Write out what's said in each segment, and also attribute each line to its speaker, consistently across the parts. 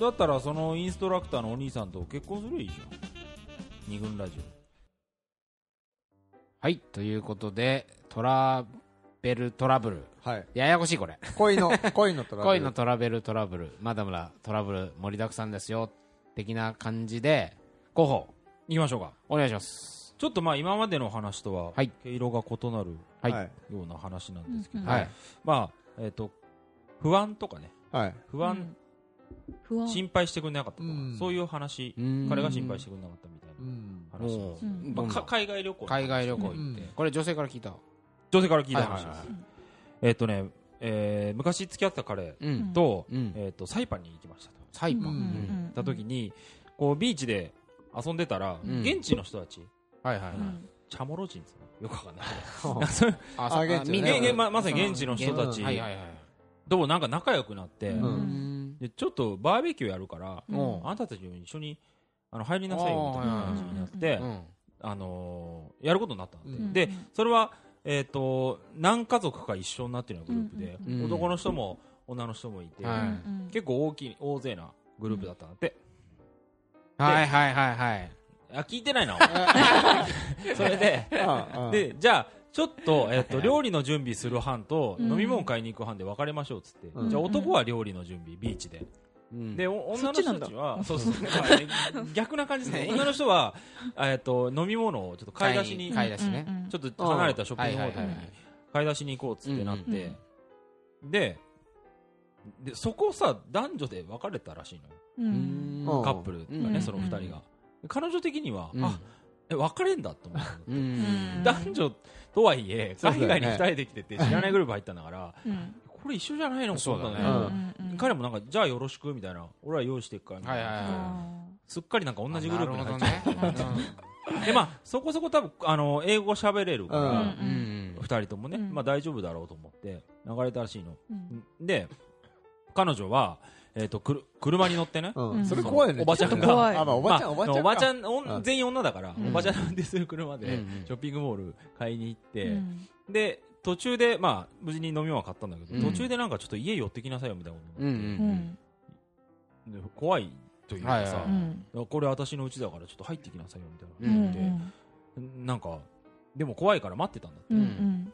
Speaker 1: だったらそのインストラクターのお兄さんと結婚すればいいじゃん二軍ラジ
Speaker 2: はい、ということで、トラベルトラブル。
Speaker 3: はい
Speaker 2: ややこしいこれ。
Speaker 3: 恋の恋のトラブル
Speaker 2: 恋のトラベルトラブル。まだまだトラブル盛りだくさんですよ。的な感じで、候補、
Speaker 1: オいきましょうか
Speaker 2: お願いします。
Speaker 1: ちょっとまあ今までの話とは
Speaker 2: はい
Speaker 1: 毛色が異なる
Speaker 2: はい。
Speaker 3: はい
Speaker 1: ような話なんですけど、
Speaker 4: うんうん
Speaker 2: はい。
Speaker 1: まあえっ、と不安とかね
Speaker 3: はい
Speaker 1: 不安、
Speaker 4: 不安
Speaker 1: 心配してくれなかったとか、
Speaker 3: うん
Speaker 1: そういう話、
Speaker 2: うん
Speaker 1: 彼が心配してくれなかったみたい
Speaker 3: うん
Speaker 1: な話、
Speaker 2: もう
Speaker 4: う
Speaker 1: ま
Speaker 4: ん
Speaker 1: あ
Speaker 2: どんど
Speaker 1: か
Speaker 2: ん
Speaker 1: 海外旅行
Speaker 2: 海外旅行行って、
Speaker 3: うん
Speaker 2: これ女性から聞いた
Speaker 1: 女性から聞いた話です、
Speaker 2: はいはいはい
Speaker 1: えっ、とね、えー昔付き合った彼
Speaker 2: うん
Speaker 1: と,、
Speaker 2: うん
Speaker 1: えー、とサイパンに行きましたと
Speaker 2: サイパン、
Speaker 4: う
Speaker 2: うんん
Speaker 4: うん
Speaker 1: 行った時にこうビーチで遊んでたら、
Speaker 2: うん
Speaker 1: 現地の人たち
Speaker 2: はいはいはい、
Speaker 4: うん
Speaker 1: チャモロ人ですよよくわかんない
Speaker 3: は
Speaker 2: あそ
Speaker 3: あ現地ね
Speaker 2: みんな
Speaker 3: ねね
Speaker 1: ままさに現地の人たち
Speaker 2: うんはいはいはい
Speaker 1: となんか仲良くなって、
Speaker 4: う
Speaker 3: うん
Speaker 2: ん
Speaker 1: でちょっとバーベキューやるから、
Speaker 4: うん
Speaker 2: おう
Speaker 1: あんたたちも一緒にあの入りなさいよみたいな感じになって、
Speaker 2: うんうん
Speaker 1: あのーやることになったんで,、
Speaker 3: うん
Speaker 1: でそれは、えー、と何家族か一緒になってるようなグループで、
Speaker 2: うんうんうん
Speaker 1: 男の人も女の人もいて、
Speaker 2: はい
Speaker 4: うん
Speaker 1: 結構大きい大勢なグループだったんだって、
Speaker 2: はいはいはいはい
Speaker 1: あ聞いてないな それで
Speaker 3: い
Speaker 1: でじゃあちょっと,、えー、と料理の準備する班と
Speaker 4: うん
Speaker 1: 飲み物買いに行く班で別れましょうっつって、
Speaker 3: うん
Speaker 1: じゃあ男は料理の準備ビーチで、
Speaker 2: うん
Speaker 1: でお女の人たちはそうそうまあね逆な感じですね
Speaker 2: ね
Speaker 1: 女の人は、えー、と飲み物をちょっと買い出しに
Speaker 2: 買い出しね
Speaker 4: うんうんうん
Speaker 1: ちょっと離れたショッ
Speaker 2: は
Speaker 1: ピン
Speaker 2: い
Speaker 1: グモ
Speaker 2: は
Speaker 1: ー
Speaker 2: い
Speaker 1: ル
Speaker 2: はい
Speaker 1: に買い出しに行こうっつってなって、
Speaker 4: うん
Speaker 1: ででそこさ男女で別れたらしいのよ、
Speaker 4: うん
Speaker 2: うん
Speaker 3: うん
Speaker 1: カップルがね、
Speaker 4: うん
Speaker 1: その二人が、彼女的には、
Speaker 2: うん
Speaker 1: あえ別れんだと思ったの、
Speaker 2: うんうん
Speaker 1: 男女とはいえ
Speaker 3: そうだ
Speaker 1: 海
Speaker 3: よね
Speaker 1: 外に二人で来てて知らないグループ入ったんだから、
Speaker 4: うん
Speaker 1: これ一緒じゃないのと思ったの
Speaker 2: そうだ
Speaker 1: よ
Speaker 3: ね
Speaker 4: うんうん
Speaker 1: 彼もなんかじゃあよろしくみたいな俺は用意していくからみたいな、
Speaker 2: はいはい
Speaker 1: すっかりなんか同じグループに入っちゃっ
Speaker 2: なるほどね
Speaker 1: て、でまあそこそこ多分あの英語喋れるか
Speaker 3: う
Speaker 1: ら、
Speaker 3: ん
Speaker 2: うんうん
Speaker 1: 二人ともね、
Speaker 4: うん
Speaker 1: まあ大丈夫だろうと思って流れたらしいの
Speaker 4: うん
Speaker 1: で彼女は、えー、とくる車に乗ってね
Speaker 3: う
Speaker 4: うんん
Speaker 3: それ怖いね
Speaker 1: おばちゃんが
Speaker 3: ちょっとねあまあおばちゃん
Speaker 1: まあ
Speaker 3: おばちゃんか
Speaker 1: おばちゃんおん
Speaker 3: うん
Speaker 1: 全員女だから、
Speaker 4: うん
Speaker 1: おばちゃんの運転する車で、
Speaker 2: うん
Speaker 1: ショッピングモール買いに行って、
Speaker 4: うん
Speaker 1: で途中でまあ無事に飲み物は買ったんだけど、
Speaker 2: うん
Speaker 1: 途中でなんかちょっと家寄ってきなさいよみたいなこと
Speaker 2: うんう
Speaker 1: になって、
Speaker 2: ん
Speaker 1: で怖いというかさ、
Speaker 2: はいはい
Speaker 4: うん
Speaker 1: これ私の家だからちょっと入ってきなさいよみたい
Speaker 2: うん
Speaker 1: でな、なんかでも怖いから待ってたんだって
Speaker 4: うん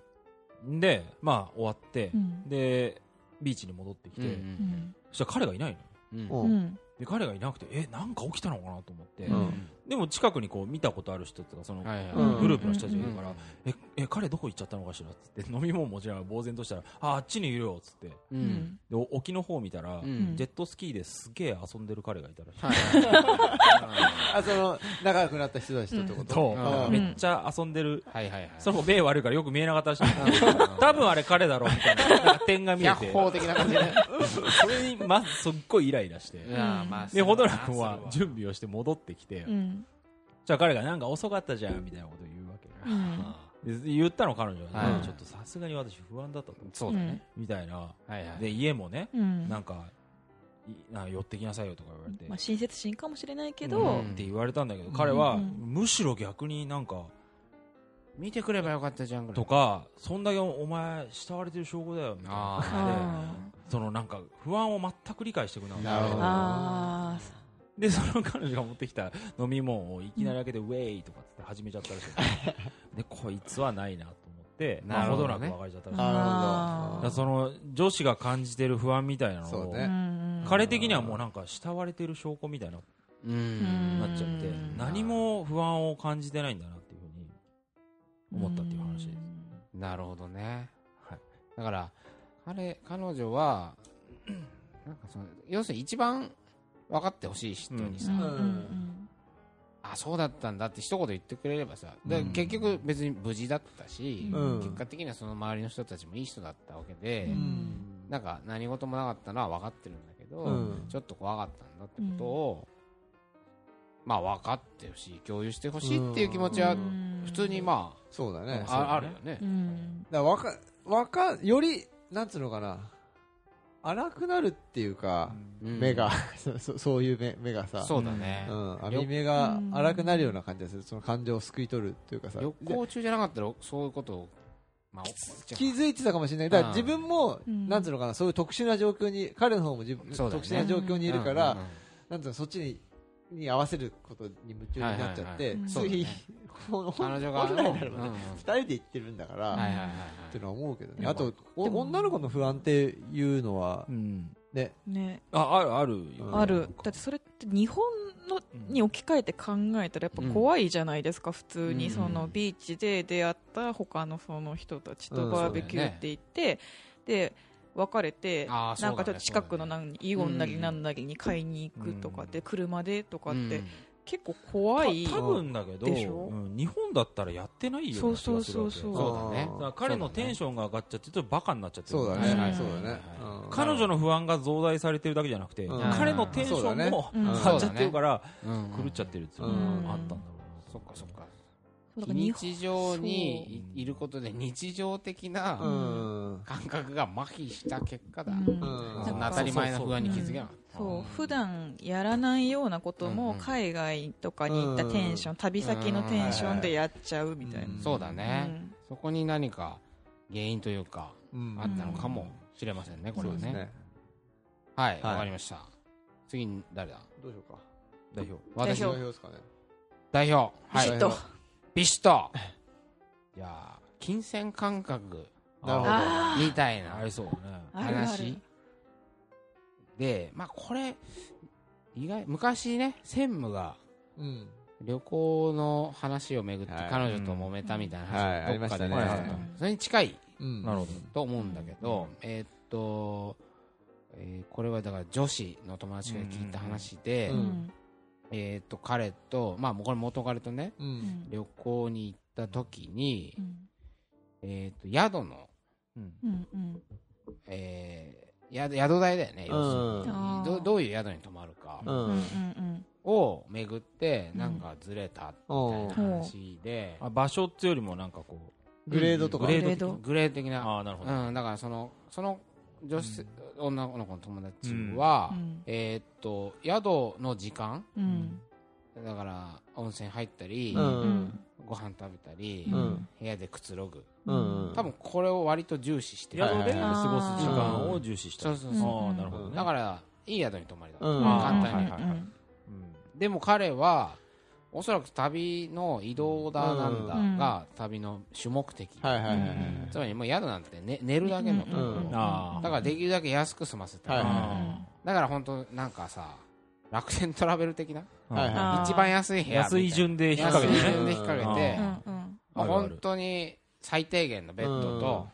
Speaker 4: うん
Speaker 1: でまあ終わって
Speaker 4: う、ん
Speaker 1: でビーチに戻ってきて、
Speaker 4: うん
Speaker 1: そしたら彼がいないの
Speaker 2: うん
Speaker 3: う
Speaker 4: うんん
Speaker 1: で彼がいなくてえなんか起きたのかなと思って、
Speaker 3: うん
Speaker 1: でも近くにこう見たことある人とかその、
Speaker 2: はいはい
Speaker 3: うん
Speaker 1: グループの人たちがいる
Speaker 2: だ
Speaker 1: か、
Speaker 2: からら
Speaker 1: ええ彼どこ行っちゃったのかしらっつって飲み物持ちながら呆然としたらああっちにいるよっつってで
Speaker 2: う
Speaker 4: うんん
Speaker 1: お沖の方見たら、
Speaker 2: うん
Speaker 1: ジェットスキーですげえ遊んでる彼がいたらしい、
Speaker 2: はいは
Speaker 3: あその仲良くなった人たちとってこと
Speaker 1: そう、
Speaker 3: うん
Speaker 1: めっちゃ遊んでる、
Speaker 2: いはいはい
Speaker 1: それも目悪いからよく見えなかったらしいんだけど
Speaker 2: うん
Speaker 1: 多分あれ彼だろうみたいななんか点が見え
Speaker 2: 百
Speaker 1: て
Speaker 2: 法的な感じで
Speaker 1: それにまずすっごいイライラして
Speaker 2: いやまあ
Speaker 1: で
Speaker 2: そ
Speaker 1: ほ
Speaker 2: うだ
Speaker 1: ど
Speaker 2: な
Speaker 1: らくんは
Speaker 2: それ
Speaker 1: 準備をして戻ってきて、
Speaker 4: うん
Speaker 1: じゃあ彼がなんか遅かったじゃんみたいなことを言うわけ
Speaker 4: うんうん
Speaker 1: で言ったの彼女は、ね
Speaker 2: はい
Speaker 1: ちょっとさすがに私不安だったと
Speaker 2: そうだね
Speaker 1: みたいな
Speaker 2: はいはい
Speaker 1: で家もね、
Speaker 4: うん
Speaker 1: なんかいなんか寄ってきなさいよとか言われて、
Speaker 4: まあ親切心かもしれないけ
Speaker 1: う
Speaker 4: ど
Speaker 1: んって言われたんだけど、彼は、
Speaker 4: うん
Speaker 1: むしろ逆になんか
Speaker 2: 見てくればよかったじゃんぐらい
Speaker 1: とかそんだけお前慕われてる証拠だよみたいな
Speaker 2: あ
Speaker 4: あ
Speaker 1: そのなんか不安を全く理解してくれなかった
Speaker 3: なるほ
Speaker 4: ー
Speaker 3: ど
Speaker 4: あ
Speaker 1: でその彼女が持ってきた飲み物をいきなり開けて、ウェイとかって始めちゃったらしいでこいつはないなと思ってまあ
Speaker 2: なる
Speaker 1: ほ
Speaker 2: ほ
Speaker 1: ど
Speaker 2: ど
Speaker 1: な
Speaker 2: ね
Speaker 1: く別れちゃったらしい、
Speaker 3: なるほど
Speaker 1: だ
Speaker 4: あ
Speaker 1: からその女子が感じてる不安みたいなの
Speaker 3: そう
Speaker 1: を、
Speaker 3: ね
Speaker 4: うん
Speaker 1: 彼的にはもうなんか慕われてる証拠みたいな
Speaker 2: うん
Speaker 1: なっちゃって
Speaker 4: うん
Speaker 1: 何も不安を感じてないんだなっていうふうに思ったっていう話です
Speaker 2: なるほどね、
Speaker 1: はい
Speaker 2: だから彼彼女はなんかその要するに一番分かってほしい人にさ、
Speaker 4: うん
Speaker 3: うん
Speaker 4: うん
Speaker 2: あそうだったんだって一言言ってくれればさ
Speaker 1: う
Speaker 2: で
Speaker 1: ん
Speaker 2: 結局別に無事だったし、
Speaker 3: うん
Speaker 2: 結果的にはその周りの人たちもいい人だったわけで、
Speaker 3: うん
Speaker 2: なんか何事もなかったのは分かってるんだけど、
Speaker 3: うん
Speaker 2: ちょっと怖かったんだってことを、まあ分かってほしい共有してほしいっていう気持ちは
Speaker 4: うん
Speaker 2: 普通にま
Speaker 3: そうだ
Speaker 2: あ、
Speaker 3: ね
Speaker 1: ん
Speaker 3: だか
Speaker 2: ああるよね
Speaker 4: う、ん
Speaker 3: らわかわかよりなんつうのかな荒くなるっていうか
Speaker 2: うん
Speaker 3: 目が そそそういう目目がさ
Speaker 2: そうだね、
Speaker 3: うん、網目が
Speaker 4: うん
Speaker 3: 荒くなるような感じがするその感情をすくい取るっていうかさ
Speaker 2: 旅行中じゃなかったらそういうことまあ、怒っちゃう
Speaker 3: 気づいてたかもしれない。だから
Speaker 2: うん
Speaker 3: 自分も、
Speaker 4: うん
Speaker 3: なんつうのかな、そういう特殊な状況に、彼の方も自分、
Speaker 2: そうだよ
Speaker 3: 特
Speaker 2: ね
Speaker 3: 殊な状況にいるから、
Speaker 2: うんうんうん
Speaker 3: なんつうの、そっちに、に合わせることに夢中になっちゃっ
Speaker 2: はい
Speaker 4: はい
Speaker 3: て
Speaker 4: は、い
Speaker 2: そうだ
Speaker 3: 次
Speaker 2: ね、
Speaker 3: この
Speaker 2: 彼女側の、
Speaker 3: 本来
Speaker 2: うん
Speaker 3: なら
Speaker 2: うん
Speaker 3: ばね
Speaker 2: はい
Speaker 3: 二人で行ってるんだから、
Speaker 2: はいはいは
Speaker 3: ってのは思うけど
Speaker 1: で
Speaker 3: ね。
Speaker 1: も
Speaker 3: あと、お
Speaker 4: でも
Speaker 3: 女の子の不安っていうのは
Speaker 1: う、ん。
Speaker 3: ね、
Speaker 4: ね
Speaker 1: あ、ある、あるよ。
Speaker 4: あるだってそれって日本のに置き換えて考えたらやっぱ怖いじゃないですか、普通
Speaker 2: う
Speaker 4: に
Speaker 2: ん
Speaker 4: そのビーチで出会った他のその人たちとバーベキューって行って、で別れて
Speaker 2: い。あーそうだ
Speaker 4: な
Speaker 2: ね
Speaker 4: んかちょっと近く
Speaker 2: そ
Speaker 4: の
Speaker 2: うだね
Speaker 4: 何イオンなりなんなりに買いに行くとか
Speaker 1: う
Speaker 4: で、
Speaker 1: ん
Speaker 4: 車でとかっ
Speaker 2: う
Speaker 4: て
Speaker 2: ん
Speaker 4: 結構怖い、
Speaker 1: た多分だけど、
Speaker 4: でしょ
Speaker 1: うん日本だったらやってないような気がするわけ。
Speaker 4: そうそうそう
Speaker 2: そうだね
Speaker 1: だから彼のテンションが上がっちゃって、ちょっとバカになっちゃってる
Speaker 3: そうだ
Speaker 2: はいは
Speaker 3: ね
Speaker 2: い、
Speaker 3: そうだね。うん
Speaker 1: 彼女の不安が増大されてるだけじゃなくて、
Speaker 3: うん
Speaker 1: 彼のテンションも
Speaker 4: そうだねうん
Speaker 1: 上がっちゃってるから、
Speaker 2: うんうん
Speaker 1: 狂っちゃってるっていう
Speaker 3: う
Speaker 1: の
Speaker 4: ん
Speaker 1: があったんだろう
Speaker 2: そっかそっか
Speaker 4: そうだから日本
Speaker 2: 日常に
Speaker 1: そう
Speaker 2: いいることで日常的
Speaker 3: う。
Speaker 2: なん感覚が麻痺した結果だ、
Speaker 4: うん
Speaker 3: うん
Speaker 2: そんな当たり前の不安に気づけなかった、
Speaker 4: そう普段やらないようなこと
Speaker 2: う
Speaker 4: も
Speaker 2: んうん
Speaker 4: 海外とかに行ったテンション、旅先のテンションでやっちゃうみたいな、
Speaker 2: そうだね、
Speaker 4: うん
Speaker 2: そこに何か原因というか
Speaker 3: うん
Speaker 2: あったのかもしれませんねこれは
Speaker 3: そうで
Speaker 2: ね
Speaker 3: すね。
Speaker 2: はい
Speaker 3: はい
Speaker 2: わかりました次に誰だ
Speaker 3: どうしようか。
Speaker 1: 代表。
Speaker 4: 代
Speaker 2: 私
Speaker 4: 表
Speaker 3: ですかね。
Speaker 2: 代表は
Speaker 4: ビシ
Speaker 2: い
Speaker 4: ッと、
Speaker 2: ビシッとじゃあ金銭感覚
Speaker 3: なるほど
Speaker 4: あー
Speaker 2: みたいな
Speaker 1: ありそうだね。
Speaker 4: あるある
Speaker 2: 話でまあこれ意外昔ね専務が
Speaker 3: うん。
Speaker 2: 旅行の話をめぐって
Speaker 3: はい
Speaker 2: 彼女と揉めたみたいな
Speaker 3: はい
Speaker 2: 話
Speaker 3: あり
Speaker 2: どっ
Speaker 3: ま
Speaker 2: か
Speaker 3: し
Speaker 2: で
Speaker 3: たね
Speaker 2: 出てそれに近い
Speaker 3: うん。
Speaker 1: なるほ
Speaker 2: と思うんだけど、えーっと、えーこれはだから女子の友達から聞いた話で、
Speaker 3: うん
Speaker 2: えーっと彼とまあこれ元彼とね
Speaker 3: ど。うん。
Speaker 2: 旅行に行った時に、
Speaker 4: うん
Speaker 2: えーっと宿の、
Speaker 4: うんうん
Speaker 2: えー宿宿代だよね、要するに
Speaker 4: うん
Speaker 2: どどういう宿に泊まるか
Speaker 3: う
Speaker 4: うんうん
Speaker 3: ん。
Speaker 4: うん
Speaker 2: を巡って
Speaker 4: うん
Speaker 2: なんかずれたみたいな話で、
Speaker 1: あ場所ってよりもなんかこう、
Speaker 3: グレードとか。
Speaker 1: グレード
Speaker 4: グレード
Speaker 2: グレード的な
Speaker 1: ああ、なるほど。
Speaker 2: うん、だからそのその女子、女の子の友達は、
Speaker 4: うん
Speaker 2: えーっと宿の時間
Speaker 4: うん
Speaker 2: だから温泉入ったり、
Speaker 3: うん
Speaker 2: ご飯食べたり、
Speaker 4: うん
Speaker 3: うん
Speaker 2: 部屋でくつろぐ
Speaker 3: うんうん
Speaker 2: 多分これを割と重視してる、
Speaker 1: 宿で
Speaker 3: はい
Speaker 1: 過ごす時間を重視した。
Speaker 2: そうそうそ
Speaker 1: あ
Speaker 4: う
Speaker 1: あ
Speaker 4: ん
Speaker 1: なるほどね。
Speaker 2: だからいい宿に泊まりだ、
Speaker 3: うん
Speaker 2: 簡
Speaker 1: は
Speaker 2: 単
Speaker 1: い
Speaker 2: に、
Speaker 1: はいうん
Speaker 2: でも彼はおそらく旅の移動だなんだ
Speaker 4: うん
Speaker 2: が、旅の主目的、
Speaker 3: はいはいはいはい。
Speaker 2: つまりもう宿なんて、ね、寝るだけのところ、
Speaker 3: うんうんうん
Speaker 1: ああ
Speaker 2: だからできるだけ安く済ませたい、
Speaker 3: はい
Speaker 1: あ
Speaker 2: だから本当なんかさ楽天トラベル的な
Speaker 1: あ
Speaker 3: はいは
Speaker 4: あー
Speaker 2: 一番安い部屋みた
Speaker 1: 安い順で引っ掛けて
Speaker 2: 安い
Speaker 1: ね。
Speaker 2: 順で引っ掛けて、
Speaker 1: うん
Speaker 4: うんうん
Speaker 2: まあ、
Speaker 1: あるある
Speaker 2: 本当に最低限のベッドと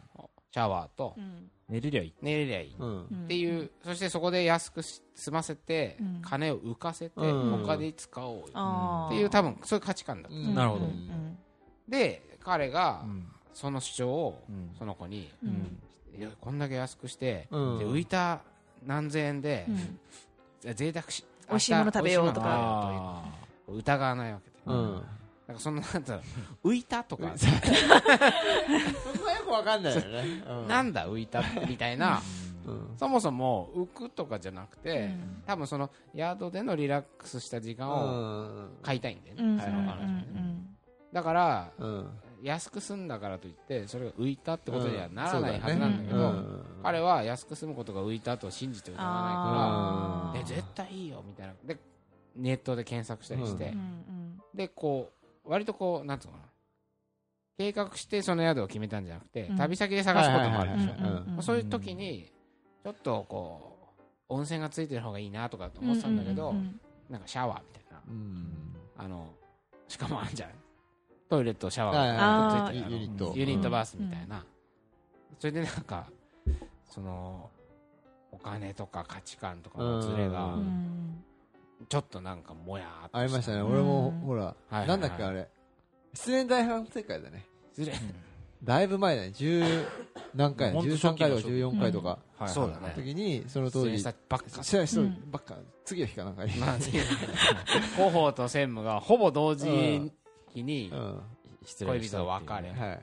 Speaker 2: シャワーと
Speaker 4: うん
Speaker 1: 寝れりゃいい。
Speaker 2: 寝れりゃいいっ
Speaker 3: うん。
Speaker 4: うん
Speaker 2: ていうそしてそこで安くし済ませて
Speaker 4: うん
Speaker 2: 金を浮かせて
Speaker 3: うん
Speaker 2: 他で使おうよ
Speaker 4: あ
Speaker 2: っ
Speaker 4: ー
Speaker 2: ていう多分そういう価値観だった
Speaker 3: うん
Speaker 1: なるほど
Speaker 4: うんうん
Speaker 2: で彼が
Speaker 1: うん
Speaker 2: その主張を
Speaker 1: うん
Speaker 2: その子に
Speaker 4: うん
Speaker 2: いやこんだけ安くしてで
Speaker 3: うん
Speaker 2: 浮いた何千円で
Speaker 4: うん
Speaker 2: 贅沢し
Speaker 4: 美味しいもの食べようとか
Speaker 1: あ
Speaker 2: 明日美味しいもの食べようという疑わないわけで
Speaker 3: うん。
Speaker 2: なんかそんななんだろう浮いたと か
Speaker 3: そこはよくわかんないよね。う ん
Speaker 2: なんだ浮いたってみたいな
Speaker 3: うん。
Speaker 2: そもそも浮くとかじゃなくて、
Speaker 4: うん
Speaker 2: 多分その宿でのリラックスした時間を買いたいんだよね、
Speaker 4: うんうん
Speaker 2: その彼女はね
Speaker 4: うん
Speaker 2: だから
Speaker 3: うん。
Speaker 2: 安く済んだからといってそれが浮いたってことには
Speaker 3: うん
Speaker 2: ならないはずなんだけど、彼は安く済むことが浮いたと信じて疑わ
Speaker 4: あ
Speaker 2: ないから
Speaker 4: ー
Speaker 2: で絶対いいよみたいなでネットで検索したりして、
Speaker 3: う
Speaker 4: うん
Speaker 2: でこう割とこうなんつうのかな計画してその宿を決めたんじゃなくて、
Speaker 4: うん
Speaker 2: 旅先で探すこともあるでしょ、
Speaker 4: うん
Speaker 3: はいはいはい
Speaker 4: んん
Speaker 2: そういう時にちょっとこう温泉がついてる方がいいなとかと思ってたんだけど、
Speaker 4: うううん
Speaker 2: なんかシャワーみたいな
Speaker 3: うん。
Speaker 2: あのしかもあんじゃんトイレとシャワー
Speaker 3: はい
Speaker 2: がく
Speaker 4: は
Speaker 2: っつ
Speaker 4: い
Speaker 2: いてる
Speaker 3: ユニッ
Speaker 2: あ
Speaker 3: ト
Speaker 2: のユニットバースみたいな、それでなんかそのお金とか価値観とかのズレが
Speaker 3: うん
Speaker 4: うん
Speaker 2: ちょっとなんかもやーっと
Speaker 3: ありましたね。俺も、ほら、
Speaker 2: はいはいはい
Speaker 3: なんだっけあれ。失恋大反省会だね。
Speaker 2: ズレ、
Speaker 3: だいぶ前だね。十何回、
Speaker 1: ほんと
Speaker 3: 十
Speaker 1: 初
Speaker 3: 三
Speaker 1: 期の初
Speaker 3: 回とか
Speaker 1: 期
Speaker 3: 十四回とか、
Speaker 1: あ。はい
Speaker 2: そうだね
Speaker 3: 時に、その
Speaker 2: 失
Speaker 3: 当時
Speaker 2: 恋し、たばっか
Speaker 3: 知らない人
Speaker 4: うん
Speaker 3: ばっか、次の日かなんかに。
Speaker 2: まあ 広報と専務がほぼ同時期に
Speaker 3: うん。
Speaker 1: 失
Speaker 2: 恋
Speaker 1: 礼
Speaker 2: 人と別れ
Speaker 3: はい。